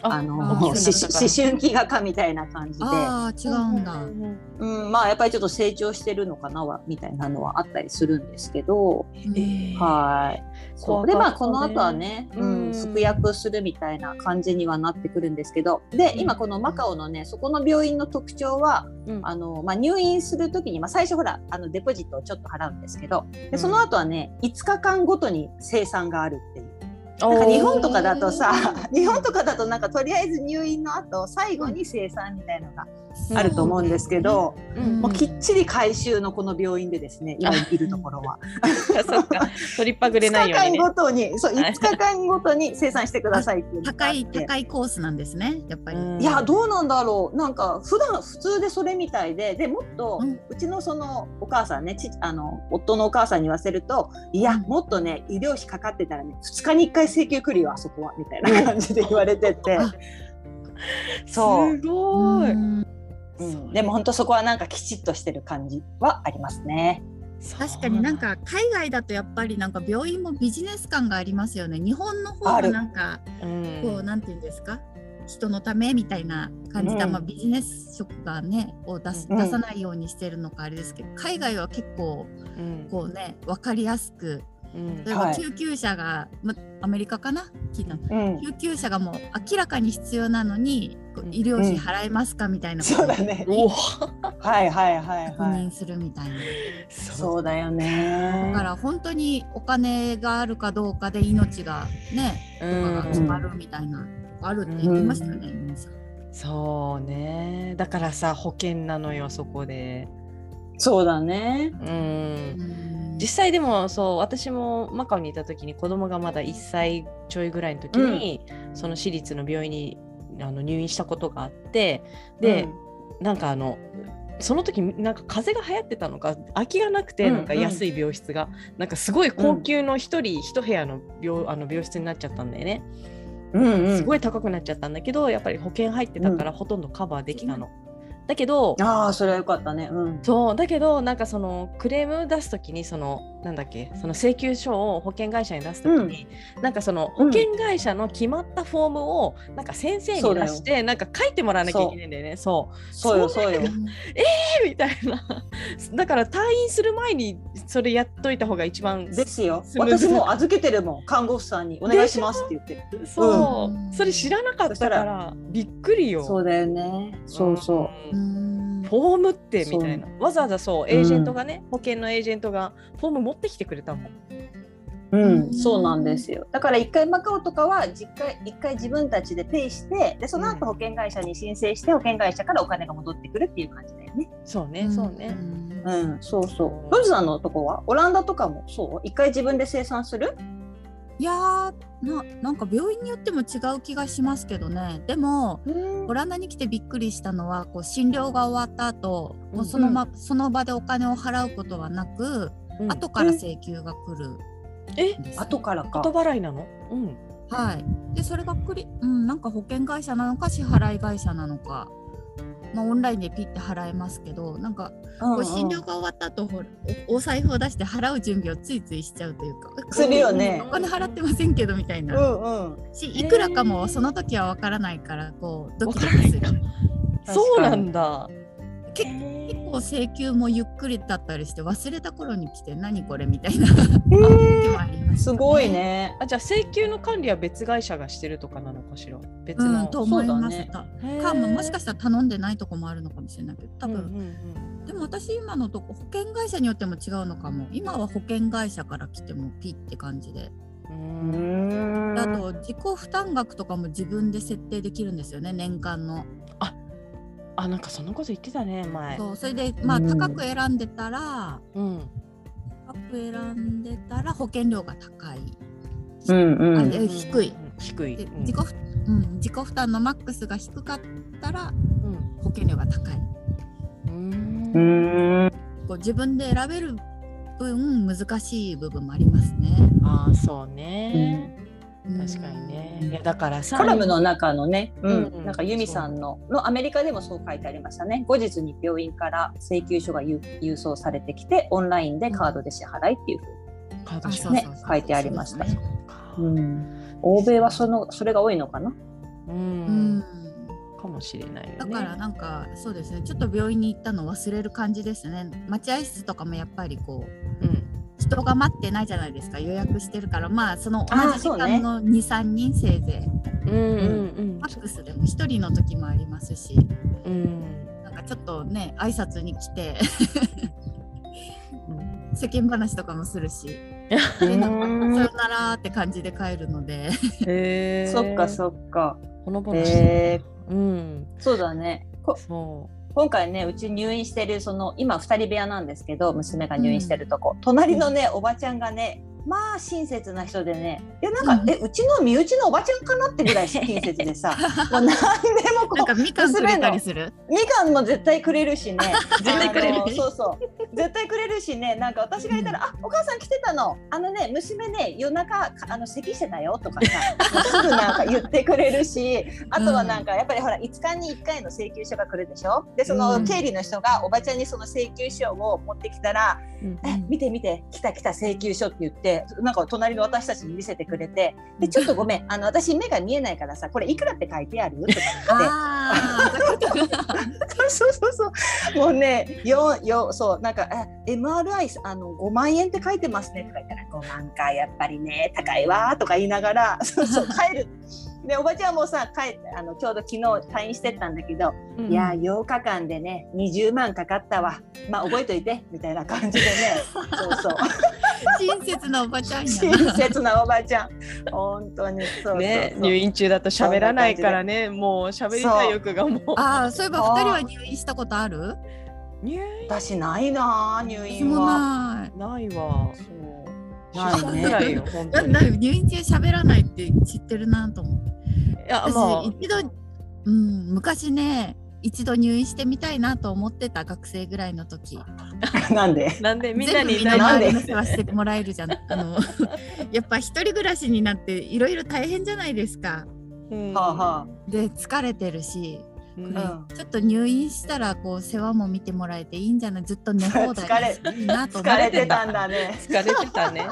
[SPEAKER 1] あ
[SPEAKER 3] あの
[SPEAKER 2] あー
[SPEAKER 3] 思
[SPEAKER 2] 大きくな
[SPEAKER 1] ったから
[SPEAKER 3] 春期がかみたいな感じで、
[SPEAKER 2] ああ違うんだ。
[SPEAKER 3] うん、まあやっぱりちょっと成長してるのかなはみたいなのはあったりするんですけど、
[SPEAKER 1] えー
[SPEAKER 3] はいそうでまあこの後はね、
[SPEAKER 1] う
[SPEAKER 3] う
[SPEAKER 1] ん
[SPEAKER 3] ん、服薬するみたいな感じにはなってくるんですけどで今このマカオのねそこの病院の特徴は
[SPEAKER 1] うん
[SPEAKER 3] あの、まあ、入院する時に、まあ、最初ほらあのデポジットをちょっと払うんですけどでその後はね5日間ごとに生産があるっていう。なんか日本とかだとさ
[SPEAKER 2] おー
[SPEAKER 3] 日本とかだとなんかとりあえず入院の後最後に生産みたいのが
[SPEAKER 2] そう
[SPEAKER 3] あると思うんですけど。
[SPEAKER 1] うん
[SPEAKER 3] もうきっちり回収のこの病院でですね、今いるところは。
[SPEAKER 1] そっかそっか取りっぱぐれないように
[SPEAKER 3] 5日
[SPEAKER 1] ね
[SPEAKER 3] 間ごとに、そう、
[SPEAKER 1] はい
[SPEAKER 3] 5日間ごとに生産してくださいっていうのがあって。
[SPEAKER 2] 高い高いコースなんですねやっぱり。
[SPEAKER 1] うん
[SPEAKER 3] いや、どうなんだろう、なんか普段普通でそれみたいで、でもっと、
[SPEAKER 2] う
[SPEAKER 3] うんちのそのお母さんね、ちあの夫のお母さんに言わせると、いや、
[SPEAKER 2] うん
[SPEAKER 3] もっとね、医療費かかってたらね、2日に1回請求来るよ、あそこはみたいな感じで言われてて。そう
[SPEAKER 1] すごい、
[SPEAKER 2] うん
[SPEAKER 3] うんでも本当そこはなんかきちっとしてる感じはありますね。
[SPEAKER 2] 確かになんか海外だとやっぱりなんか病院もビジネス感がありますよね日本の
[SPEAKER 3] あ
[SPEAKER 2] 方も
[SPEAKER 3] る
[SPEAKER 2] なんか
[SPEAKER 1] そうなんだ、
[SPEAKER 2] こうなんて言うんですか人のためみたいな感じで、
[SPEAKER 3] うん
[SPEAKER 2] まあ、ビジネス色がねを出す
[SPEAKER 3] うん
[SPEAKER 2] 出さないようにしてるのかあれですけど海外は結構
[SPEAKER 1] うん
[SPEAKER 2] こうね分かりやすく
[SPEAKER 1] うん
[SPEAKER 2] 例えば
[SPEAKER 3] はい
[SPEAKER 2] 救急車が、ま、アメリカかな聞いたの
[SPEAKER 3] うん、
[SPEAKER 2] 救急車がもう明らかに必要なのにこう
[SPEAKER 1] うん
[SPEAKER 2] 医療費払えますかみたいなこと
[SPEAKER 3] そう
[SPEAKER 2] を
[SPEAKER 3] だね。
[SPEAKER 1] おお
[SPEAKER 3] はいはいはい
[SPEAKER 2] 確
[SPEAKER 3] はい
[SPEAKER 2] 認。するみたいな。
[SPEAKER 1] そ
[SPEAKER 3] そうだよ
[SPEAKER 2] だか
[SPEAKER 3] ね。
[SPEAKER 2] ら本当にお金があるかどうかで命がね、
[SPEAKER 1] う,、う
[SPEAKER 2] とかが決
[SPEAKER 1] ん、
[SPEAKER 2] まるみたいな、あるって言ってましたよね、皆さん。
[SPEAKER 1] そうねだからさ保険なのよそこで
[SPEAKER 3] そうだね。
[SPEAKER 1] うん
[SPEAKER 2] うん
[SPEAKER 1] 実際でもそう私もマカオにいた時に子供がまだ1歳ちょいぐらいの時に、その私立の病院にあの入院したことがあってで、なんかあのその時なんか風邪が流行ってたのか空きがなくて
[SPEAKER 3] うん
[SPEAKER 1] なんか安い病室が、なんかすごい高級の1人1部屋の病あの病室になっちゃったんだよね、
[SPEAKER 3] うん、うん、うん、
[SPEAKER 1] すごい高くなっちゃったんだけどやっぱり保険入ってたからほとんどカバーできたの。だけど、
[SPEAKER 3] ああ、それは良かったね。うん。
[SPEAKER 1] そうだけどなんかそのクレーム出す時にそのなんだっけその請求書を保険会社に出す時に、なんかその
[SPEAKER 3] うん
[SPEAKER 1] 保険会社の決まったフォームをなんか先生
[SPEAKER 3] そう
[SPEAKER 1] に
[SPEAKER 3] だよ
[SPEAKER 1] 出してなんか書いてもらわなきゃいけないんだよねそう
[SPEAKER 3] そうよ、そうよ。 <laughs>
[SPEAKER 1] えみたいな <laughs> だから退院する前にそれやっといた方が一番
[SPEAKER 3] ですよ
[SPEAKER 1] ス。ムーズ
[SPEAKER 3] 私もう預けてるもん。看護婦さんにお願いしますって言って。
[SPEAKER 1] そう、
[SPEAKER 2] うん
[SPEAKER 1] それ知らなかっ
[SPEAKER 3] そした
[SPEAKER 1] た
[SPEAKER 3] ら
[SPEAKER 1] からびっくりよ
[SPEAKER 3] そうだよね。そうそう。
[SPEAKER 1] うん
[SPEAKER 2] うん
[SPEAKER 1] フォームってみたいなわざわざそうエージェント
[SPEAKER 3] うん
[SPEAKER 1] がね、保険のエージェントがフォーム持ってきてくれたもん
[SPEAKER 3] うん、
[SPEAKER 2] うん
[SPEAKER 3] そうなんですよ。だから一回マカオとかは実家一回自分たちでペイして、でその後
[SPEAKER 1] うん
[SPEAKER 3] 保険会社に申請して保険会社からお金が戻ってくるっていう感じだよね。
[SPEAKER 1] そうねそうね、
[SPEAKER 2] ん
[SPEAKER 3] うん、そうそう。ロジさんのとこはオランダとかもそう。一回自分で生産する？
[SPEAKER 2] いやーななんか病院によっても違う気がしますけどねでもオランダに来てびっくりしたのはこう診療が終わった後、もうそのまその場でお金を払うことはなく、
[SPEAKER 1] うん
[SPEAKER 2] 後から請求が来る
[SPEAKER 1] え
[SPEAKER 2] んですよ
[SPEAKER 3] 後からか。
[SPEAKER 1] 後払いなのうん
[SPEAKER 2] はい、でそれがくり、うん、なんか保険会社なのか支払い会社なのか、まあ、オンラインでピッて払えますけどなんか
[SPEAKER 3] う
[SPEAKER 2] こ
[SPEAKER 3] んうん
[SPEAKER 2] う診療が終わった後ほらおお財布を出して払う準備をついついしちゃうというか
[SPEAKER 3] するよね
[SPEAKER 2] <laughs> お金払ってませんけどみたいうな、
[SPEAKER 3] んうん。
[SPEAKER 2] しいくらかもその時は分からないからこうドキドキする
[SPEAKER 1] わからそうなんだ
[SPEAKER 2] 結結構請求もゆっくりだったりして忘れた頃に来て何これみた
[SPEAKER 3] <laughs>
[SPEAKER 2] いな時もありましたね
[SPEAKER 3] すごいね。
[SPEAKER 1] あじゃあ請求の管理は別会社がしてるとかなのかしら別
[SPEAKER 2] うん
[SPEAKER 1] の、
[SPEAKER 2] と思いま
[SPEAKER 3] そう
[SPEAKER 2] し
[SPEAKER 3] だ
[SPEAKER 2] た、
[SPEAKER 1] へー
[SPEAKER 2] かももしかしたら頼んでないとこもあるのかもしれないけど多分、
[SPEAKER 1] うんうん
[SPEAKER 2] でも私今のとこ保険会社によっても違うのかも今は保険会社から来てもピッって感じで
[SPEAKER 1] うんうん
[SPEAKER 3] ん
[SPEAKER 2] あと自己負担額とかも自分で設定できるんですよね年間の、
[SPEAKER 1] あなんかそんなこと言ってたね前
[SPEAKER 2] そうそれでまあ
[SPEAKER 3] うん
[SPEAKER 2] 高く選んでたら
[SPEAKER 1] うん
[SPEAKER 2] 高く選んでたら保険料が高い
[SPEAKER 3] うんう
[SPEAKER 2] あ
[SPEAKER 3] ん。
[SPEAKER 2] え低い
[SPEAKER 1] 低い
[SPEAKER 2] で
[SPEAKER 1] うん
[SPEAKER 2] 自己,、うん、自己負担のマックスが低かったら
[SPEAKER 1] うん
[SPEAKER 2] 保険料が高い
[SPEAKER 1] うん
[SPEAKER 3] うん。
[SPEAKER 2] こう自分で選べる分難しい部分もありますね
[SPEAKER 1] ああそうね、
[SPEAKER 2] うん
[SPEAKER 1] 確かにねいやだからさ
[SPEAKER 3] コラムの中のね、う
[SPEAKER 1] うんうん
[SPEAKER 3] ん、なんかユミさんののアメリカでもそう書いてありましたね後日に病院から請求書が郵郵送されてきてオンラインでカードで支払いっていう
[SPEAKER 1] カード
[SPEAKER 2] あ
[SPEAKER 1] シ
[SPEAKER 2] そ
[SPEAKER 1] ョー
[SPEAKER 2] う
[SPEAKER 3] ね
[SPEAKER 2] そうそう
[SPEAKER 3] 書いてありました
[SPEAKER 2] そうですね
[SPEAKER 1] か
[SPEAKER 3] ふう、欧米はそのそれが多いのかな
[SPEAKER 1] う
[SPEAKER 2] うんん
[SPEAKER 1] かもしれないよね
[SPEAKER 2] だからなんかそうですねちょっと病院に行ったの忘れる感じですね待合室とかもやっぱりこう
[SPEAKER 1] うん
[SPEAKER 2] 人が待ってないじゃないですか予約してるからまあその同
[SPEAKER 3] あー
[SPEAKER 2] じ時
[SPEAKER 3] そうね
[SPEAKER 2] 間の23、人せいぜい
[SPEAKER 1] うんうん
[SPEAKER 2] マックスでも1人の時もありますし
[SPEAKER 1] うんうん
[SPEAKER 2] なんかちょっとね挨拶に来て
[SPEAKER 1] うん
[SPEAKER 2] 世間話とかもする
[SPEAKER 3] <laughs>
[SPEAKER 2] し
[SPEAKER 3] う
[SPEAKER 2] でなん
[SPEAKER 3] ん
[SPEAKER 2] かさよならって感じで帰るの
[SPEAKER 3] <laughs>
[SPEAKER 2] で
[SPEAKER 1] へー
[SPEAKER 3] そっかそっか
[SPEAKER 1] ほのぼのしてる
[SPEAKER 3] え
[SPEAKER 1] うん
[SPEAKER 3] ー、そうだねこ
[SPEAKER 1] そ
[SPEAKER 3] 今回ねうち入院してるその今2人部屋なんですけど娘が入院してるとこ、隣のねおばちゃんがねまあ親切な人でねいやなんか、えうちの身内のおばちゃんかなってぐらい親切で <laughs> さもう何でもこ
[SPEAKER 2] なん
[SPEAKER 3] う
[SPEAKER 2] かみかんくれたりする。
[SPEAKER 3] みかんも絶対くれるしね
[SPEAKER 2] 絶対くれる
[SPEAKER 3] あのそうそう絶対くれるしねなんか私がいたら「あお母さん来てたのあのね娘ね夜中かあの咳してたよ」とかさすぐなんか言ってくれるしあとはなんかやっぱりほら5日に1回の請求書が来るでしょでその
[SPEAKER 1] うん
[SPEAKER 3] 経理の人がおばちゃんにその請求書を持ってきたら「え見て見て来た来た請求書」って言ってなんか隣の私たちに見せてくれて「でちょっとごめんあの私目が見えないからさこれいくらって書いてある?」とか言って。
[SPEAKER 2] あ
[SPEAKER 3] そうそうそう。もうね、よよそうなんかえ MRI あの5万円って書いてますねとか言ったら5万かやっぱりね高いわとか言いながらそうそう帰る。でおばちゃんもさ帰あのちょうど昨日退院してったんだけど、いや8日間でね20万かかったわまあ覚えといてみたいな感じでねそうそう
[SPEAKER 2] あ、親切なおばちゃんやな。
[SPEAKER 3] <laughs> 親切なおばちゃん本当にそうそうそう、
[SPEAKER 1] ね、入院中だと喋らないからね、もう喋りたい欲がもう。
[SPEAKER 2] ああ、そういえば二人は入院したことある？
[SPEAKER 1] 入院
[SPEAKER 3] 私ないなあ入
[SPEAKER 2] 私
[SPEAKER 3] 院
[SPEAKER 2] も
[SPEAKER 3] は。
[SPEAKER 2] ない。
[SPEAKER 1] ないわ。
[SPEAKER 3] そう
[SPEAKER 1] 出産ぐらいよ、本当
[SPEAKER 2] な
[SPEAKER 1] に。
[SPEAKER 2] ない入院中喋らないって知ってるなと思って。
[SPEAKER 1] いや、
[SPEAKER 2] 私、
[SPEAKER 1] まあ、
[SPEAKER 2] 一度、うん、昔ね。一度入院してみたいなと思ってた学生ぐらいの時
[SPEAKER 3] なんで
[SPEAKER 1] なんでみんな
[SPEAKER 2] 全部
[SPEAKER 1] に
[SPEAKER 2] みんな
[SPEAKER 3] なん
[SPEAKER 2] 周
[SPEAKER 3] で
[SPEAKER 2] りの世話してもらえるじゃんあの <laughs> やっぱ一人暮らしになっていろいろ大変じゃないですか
[SPEAKER 1] うん
[SPEAKER 3] はあは
[SPEAKER 2] で疲れてるし
[SPEAKER 1] うん
[SPEAKER 3] あ、うん
[SPEAKER 2] ちょっと入院したらこう世話も見てもらえていいんじゃないずっと寝放
[SPEAKER 3] 疲れ
[SPEAKER 2] 題いいなと思
[SPEAKER 3] 疲
[SPEAKER 2] っ
[SPEAKER 3] れ
[SPEAKER 2] て
[SPEAKER 3] て
[SPEAKER 2] た
[SPEAKER 3] たんだね。
[SPEAKER 1] 疲れてたね。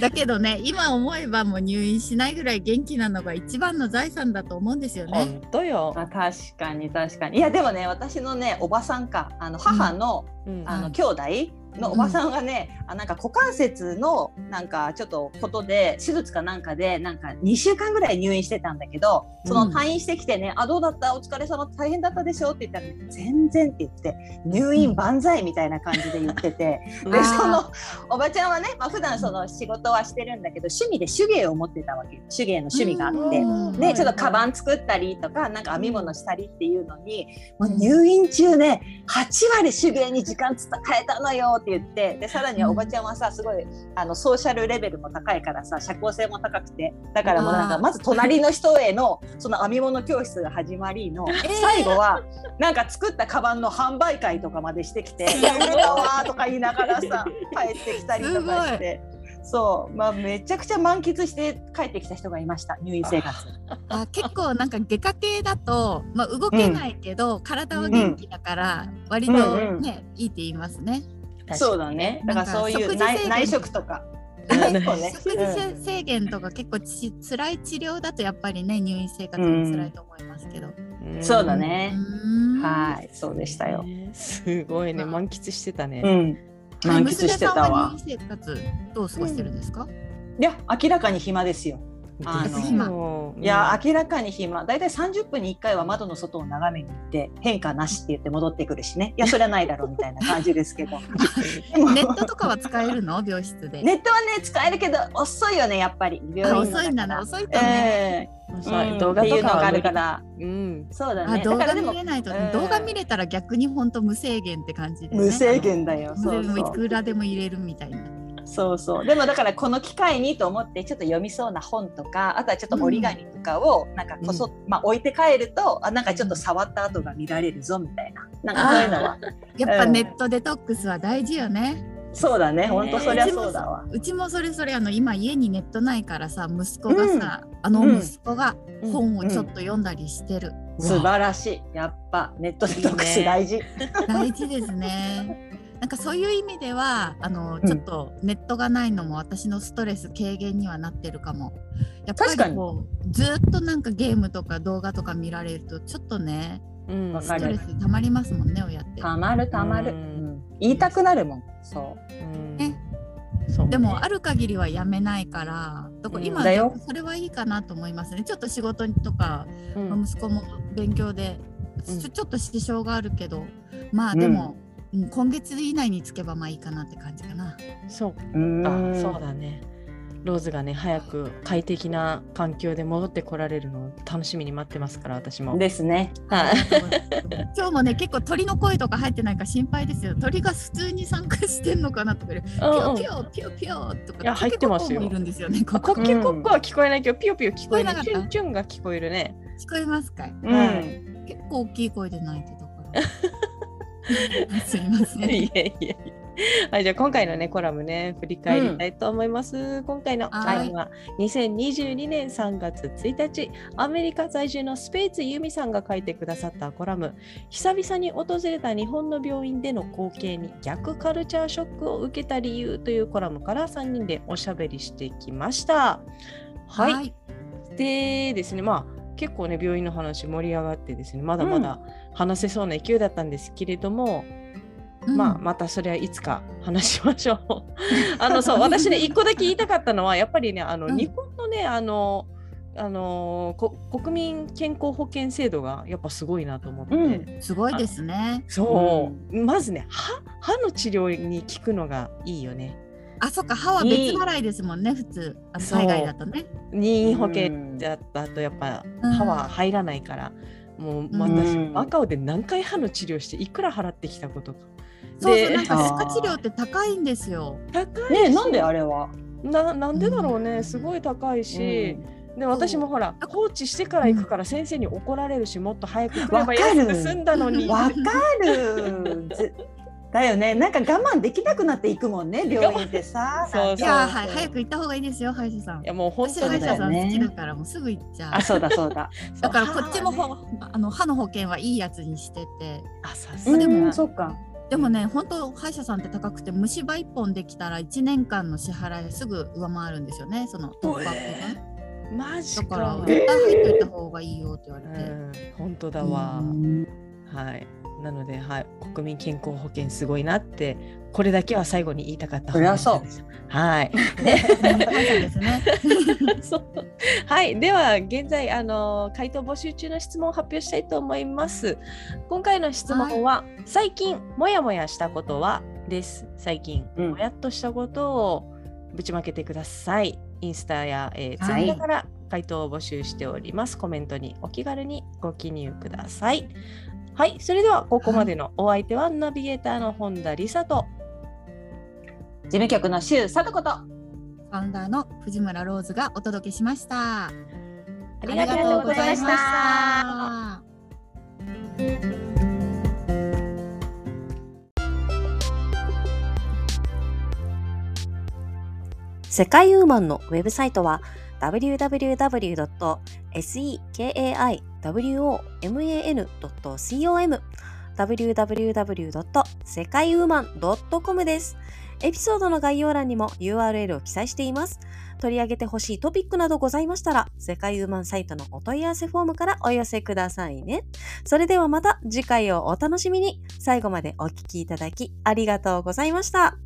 [SPEAKER 2] だけどね今思えばもう入院しないぐらい元気なのが一番の財産だと思うんですよね。
[SPEAKER 1] 本当よ。
[SPEAKER 3] あ確かに確かにいやでもね私のねおばさんかあの母の,、
[SPEAKER 1] うん
[SPEAKER 3] あ
[SPEAKER 2] は
[SPEAKER 3] の
[SPEAKER 2] い
[SPEAKER 3] 兄弟のおばさんがね、あなんか股関節のなんかちょっとことで手術かなんかでなんか2週間ぐらい入院してたんだけどその退院してきてね「あどうだったお疲れ様大変だったでしょ」って言ったら、ね「全然」って言って入院万歳みたいな感じで言ってて。
[SPEAKER 1] うん
[SPEAKER 3] で
[SPEAKER 2] あー
[SPEAKER 3] そのおばちゃんはね、まあ普段その仕事はしてるんだけど趣味で手芸を持ってたわけ手芸の趣味があって
[SPEAKER 2] うん
[SPEAKER 3] ね、ちょっとカバ
[SPEAKER 1] ン。
[SPEAKER 3] ン作ったりとか、なんか編み物したりっていうのに、もう入院中ね、8割手芸に時間使えたのよって言って、で、さらにはおばちゃんはさ、すごい、あの、ソーシャルレベルも高いからさ、社交性も高くて、だからもうなんか、
[SPEAKER 2] あー
[SPEAKER 3] まず隣の人への、その編み物教室が始まりの、最後は、なんか作ったカバンの販売会とかまでしてきて、いや、売れたわーとか言いながらさ、帰ってきたりとかして。そうまあ、めちゃくちゃ満喫して帰ってきた人がいました入院生活。
[SPEAKER 2] あ結構なんか外科系だと、まあ、動けないけど、体は元気だから割と
[SPEAKER 3] うん
[SPEAKER 2] ね、いいって言いますね。
[SPEAKER 3] そうだね。だからそういう
[SPEAKER 2] なんか
[SPEAKER 3] 内内
[SPEAKER 2] 食事制限
[SPEAKER 3] 食とか。
[SPEAKER 1] うん
[SPEAKER 3] 結構ね。
[SPEAKER 2] 食事制限とか結構ち辛い治療だとやっぱりね入院生活も辛いと思いますけど。
[SPEAKER 1] ん
[SPEAKER 3] そうだね。
[SPEAKER 2] うん
[SPEAKER 3] はい、そうでしたよ。
[SPEAKER 1] ねすごいね、満喫してたね。
[SPEAKER 3] うん。満喫してた
[SPEAKER 2] 娘
[SPEAKER 3] わ。
[SPEAKER 2] さんは入院生活どう過ごしてるんですか？
[SPEAKER 3] いや、明らかに暇ですよ。あ
[SPEAKER 1] ですよ
[SPEAKER 3] いや、明らかに暇。だいたい三十分に一回は窓の外を眺めに行って、変化なしって言って戻ってくるしね。いや、それはないだろうみたいな感じですけ <laughs> ど。でも
[SPEAKER 2] ネットとかは使えるの病室で。
[SPEAKER 3] ネットはね、使えるけど、遅いよね、やっぱり。病院
[SPEAKER 2] あ
[SPEAKER 3] の
[SPEAKER 2] 遅いんだな
[SPEAKER 3] から。
[SPEAKER 2] 遅いとね。
[SPEAKER 3] え
[SPEAKER 1] うん
[SPEAKER 3] え
[SPEAKER 1] そう
[SPEAKER 3] うん
[SPEAKER 1] 動画
[SPEAKER 3] ってい
[SPEAKER 1] と
[SPEAKER 3] うの
[SPEAKER 1] か
[SPEAKER 3] が
[SPEAKER 1] は無
[SPEAKER 3] ある
[SPEAKER 1] 理
[SPEAKER 3] から。
[SPEAKER 1] うん。
[SPEAKER 3] そうだ
[SPEAKER 2] あ
[SPEAKER 3] ね。
[SPEAKER 2] 動画
[SPEAKER 3] だからで
[SPEAKER 2] 見
[SPEAKER 3] も
[SPEAKER 2] れないと、
[SPEAKER 3] うん
[SPEAKER 2] 動画見れたら逆に本当無制限って感じで、ね、
[SPEAKER 3] 無制限だよ。そう
[SPEAKER 2] でも
[SPEAKER 3] そう
[SPEAKER 2] い。くらでも入れるみたいな。
[SPEAKER 3] そうそうでもだからこの機会にと思ってちょっと読みそうな本とかあとはちょっと折り紙とかをなんかこそ、まあ、置いて帰るとあなんかちょっと触った跡が見られるぞみたいななんかそういうのは
[SPEAKER 2] やっぱネットデトックスは大事よね。
[SPEAKER 3] そうだね
[SPEAKER 1] ね
[SPEAKER 3] 本当そりゃそうだわ。
[SPEAKER 2] うちもそれそれあの今家にネットないからさ息子がさ、あの息子が本をちょっと読んだりしてる。
[SPEAKER 3] 素晴らしいやっぱネットデトックス大事
[SPEAKER 2] 大事ですね。なんかそういう意味ではあの
[SPEAKER 3] ん
[SPEAKER 2] ちょっとネットがないのも私のストレス軽減にはなってるかも。やっ
[SPEAKER 3] 確
[SPEAKER 2] ぱ
[SPEAKER 3] か
[SPEAKER 2] り
[SPEAKER 3] に
[SPEAKER 2] こうずっとなんかゲームとか動画とか見られるとちょっとね
[SPEAKER 1] うん
[SPEAKER 3] わか
[SPEAKER 2] ス
[SPEAKER 3] る
[SPEAKER 2] トレス溜まりますもんね親って。
[SPEAKER 3] たまるたまる、
[SPEAKER 1] う
[SPEAKER 3] うんん言いたくなるもんそ
[SPEAKER 1] うん
[SPEAKER 2] ね
[SPEAKER 1] そうね
[SPEAKER 2] でもある限りはやめないからどこ
[SPEAKER 1] うん
[SPEAKER 2] 今
[SPEAKER 3] だよ
[SPEAKER 2] それはいいかなと思いますね。ちょっと仕事とか
[SPEAKER 1] う
[SPEAKER 2] まあ
[SPEAKER 1] ん
[SPEAKER 2] 息子も勉強で、
[SPEAKER 1] うん
[SPEAKER 2] ちょちょっと支障があるけどまあ
[SPEAKER 3] うん
[SPEAKER 2] でも、うん今月以内につけばまあいいかなって感じかな。
[SPEAKER 1] そう
[SPEAKER 3] うう
[SPEAKER 1] あ
[SPEAKER 3] ん
[SPEAKER 1] そうだね。ローズがね早く快適な環境で戻ってこられるのを楽しみに待ってますから私も。
[SPEAKER 3] ですね。はい。
[SPEAKER 2] <laughs> 今日もね結構鳥の声とか入ってないか心配ですよ鳥が普通に参加してんのかなとかピ
[SPEAKER 1] うんう
[SPEAKER 2] ョ
[SPEAKER 1] ん
[SPEAKER 2] ピョピョピョとか
[SPEAKER 1] いや入ってますよ
[SPEAKER 2] コケコッコーもいるんですよねこ
[SPEAKER 1] あ
[SPEAKER 2] こ
[SPEAKER 1] コッキーコッコは聞こえないけど、ピヨピヨ聞こえる
[SPEAKER 2] 聞こえなかった
[SPEAKER 1] チュンチュンが聞こえるね。
[SPEAKER 2] 聞こえますかい
[SPEAKER 3] うん。
[SPEAKER 2] 結構大きい声で鳴いてたから
[SPEAKER 1] <laughs>
[SPEAKER 2] すいません
[SPEAKER 1] いやいやいや。はい、じゃあ今回のねコラムね振り返りたいと思います。今回のコラムは2022年3月1日、アメリカ在住のスペーツユミさんが書いてくださったコラム「久々に訪れた日本の病院での光景に逆カルチャーショックを受けた理由」というコラムから3人でおしゃべりしてきました。はい、
[SPEAKER 2] はい
[SPEAKER 1] でですねまあ結構ね病院の話盛り上がってですねまだまだ話せそうな勢いだったんですけれども、
[SPEAKER 2] うん
[SPEAKER 1] まあまたそれはいつか話しましょう。 <laughs> あのそう私ね一個だけ言いたかったのはやっぱりねあの、
[SPEAKER 2] うん
[SPEAKER 1] 日本のねあのあのこ国民健康保険制度がやっぱすごいなと思って、
[SPEAKER 3] うん
[SPEAKER 2] すごいですね
[SPEAKER 1] そう、まずね歯歯の治療に効くのがいいよね。
[SPEAKER 2] あそっか歯は別払いですもんね普通あの
[SPEAKER 1] そう
[SPEAKER 2] 海外だとね
[SPEAKER 1] 任意保険だったとやっぱ
[SPEAKER 2] うん
[SPEAKER 1] 歯は入らないから、もう私、マカオで何回歯の治療していくら払ってきたことか。
[SPEAKER 2] そうそう
[SPEAKER 1] で
[SPEAKER 2] なんか歯
[SPEAKER 3] あー
[SPEAKER 2] 科治療って高いんですよ
[SPEAKER 1] 高い
[SPEAKER 3] ねえなんであれは。
[SPEAKER 1] ななんでだろうね、すごい高いし、で私もほら放置してから行くから先生に怒られるしもっと早く来れば安く済んだの
[SPEAKER 3] う
[SPEAKER 1] に
[SPEAKER 3] んわかる。ずだよね。なんか我慢できなくなっていくもんね。病院ってさ。
[SPEAKER 1] そう
[SPEAKER 2] い
[SPEAKER 1] そう
[SPEAKER 2] やーはい早く行った方がいいですよ歯医者さん
[SPEAKER 1] いやもう本
[SPEAKER 2] 私
[SPEAKER 1] 当
[SPEAKER 2] 歯
[SPEAKER 1] に
[SPEAKER 2] 医
[SPEAKER 1] だよ
[SPEAKER 2] 者さ
[SPEAKER 3] だ
[SPEAKER 2] ん
[SPEAKER 3] よね
[SPEAKER 2] 好きだからもうすぐ行っちゃう
[SPEAKER 3] あ、そうだそうだ。
[SPEAKER 2] だからこっちも
[SPEAKER 1] そう
[SPEAKER 2] ほ、あの歯の保険はいいやつにしてて
[SPEAKER 1] あさす
[SPEAKER 3] う
[SPEAKER 1] が
[SPEAKER 3] ん、そっか。
[SPEAKER 2] でもね本当歯医者さんって高くて虫歯1本できたら1年間の支払いすぐ上回るんですよねそのトップアップが
[SPEAKER 1] マジ
[SPEAKER 2] だ
[SPEAKER 1] か
[SPEAKER 2] から
[SPEAKER 1] え
[SPEAKER 2] 絶対入っといた方がいいよって言われ
[SPEAKER 1] う
[SPEAKER 2] て、
[SPEAKER 1] ん本当だわ、
[SPEAKER 3] うん
[SPEAKER 1] はいなので、はい、国民健康保険すごいなってこれだけは最後に言いたかった
[SPEAKER 3] そりゃそう
[SPEAKER 1] はい
[SPEAKER 2] うん歯医者ですね
[SPEAKER 1] <laughs> そうはいでは現在あの回答募集中の質問を発表したいと思います今回の質問は、最近モヤモヤしたことはです最近
[SPEAKER 3] うん
[SPEAKER 1] もやっとしたことをぶちまけてくださいインスタや、えー、ツイ
[SPEAKER 3] はい
[SPEAKER 1] ッターから回答を募集しております、コメントにお気軽にご記入くださいはいそれではここまでのお相手は、ナビゲーターの本田理沙と
[SPEAKER 3] 事務局の周佐とこと。
[SPEAKER 2] ファウンダーの藤村ローズがお届けしました
[SPEAKER 1] あ
[SPEAKER 3] りがとうございました
[SPEAKER 2] ありがとうございました
[SPEAKER 4] 世界ウーマンのウェブサイトは www.sekaiwoman.com www.sekaiwoman.com です。エピソードの概要欄にも URL を記載しています。取り上げてほしいトピックなどございましたら、世界ウーマンサイトのお問い合わせフォームからお寄せくださいね。それではまた次回をお楽しみに。最後までお聞きいただきありがとうございました。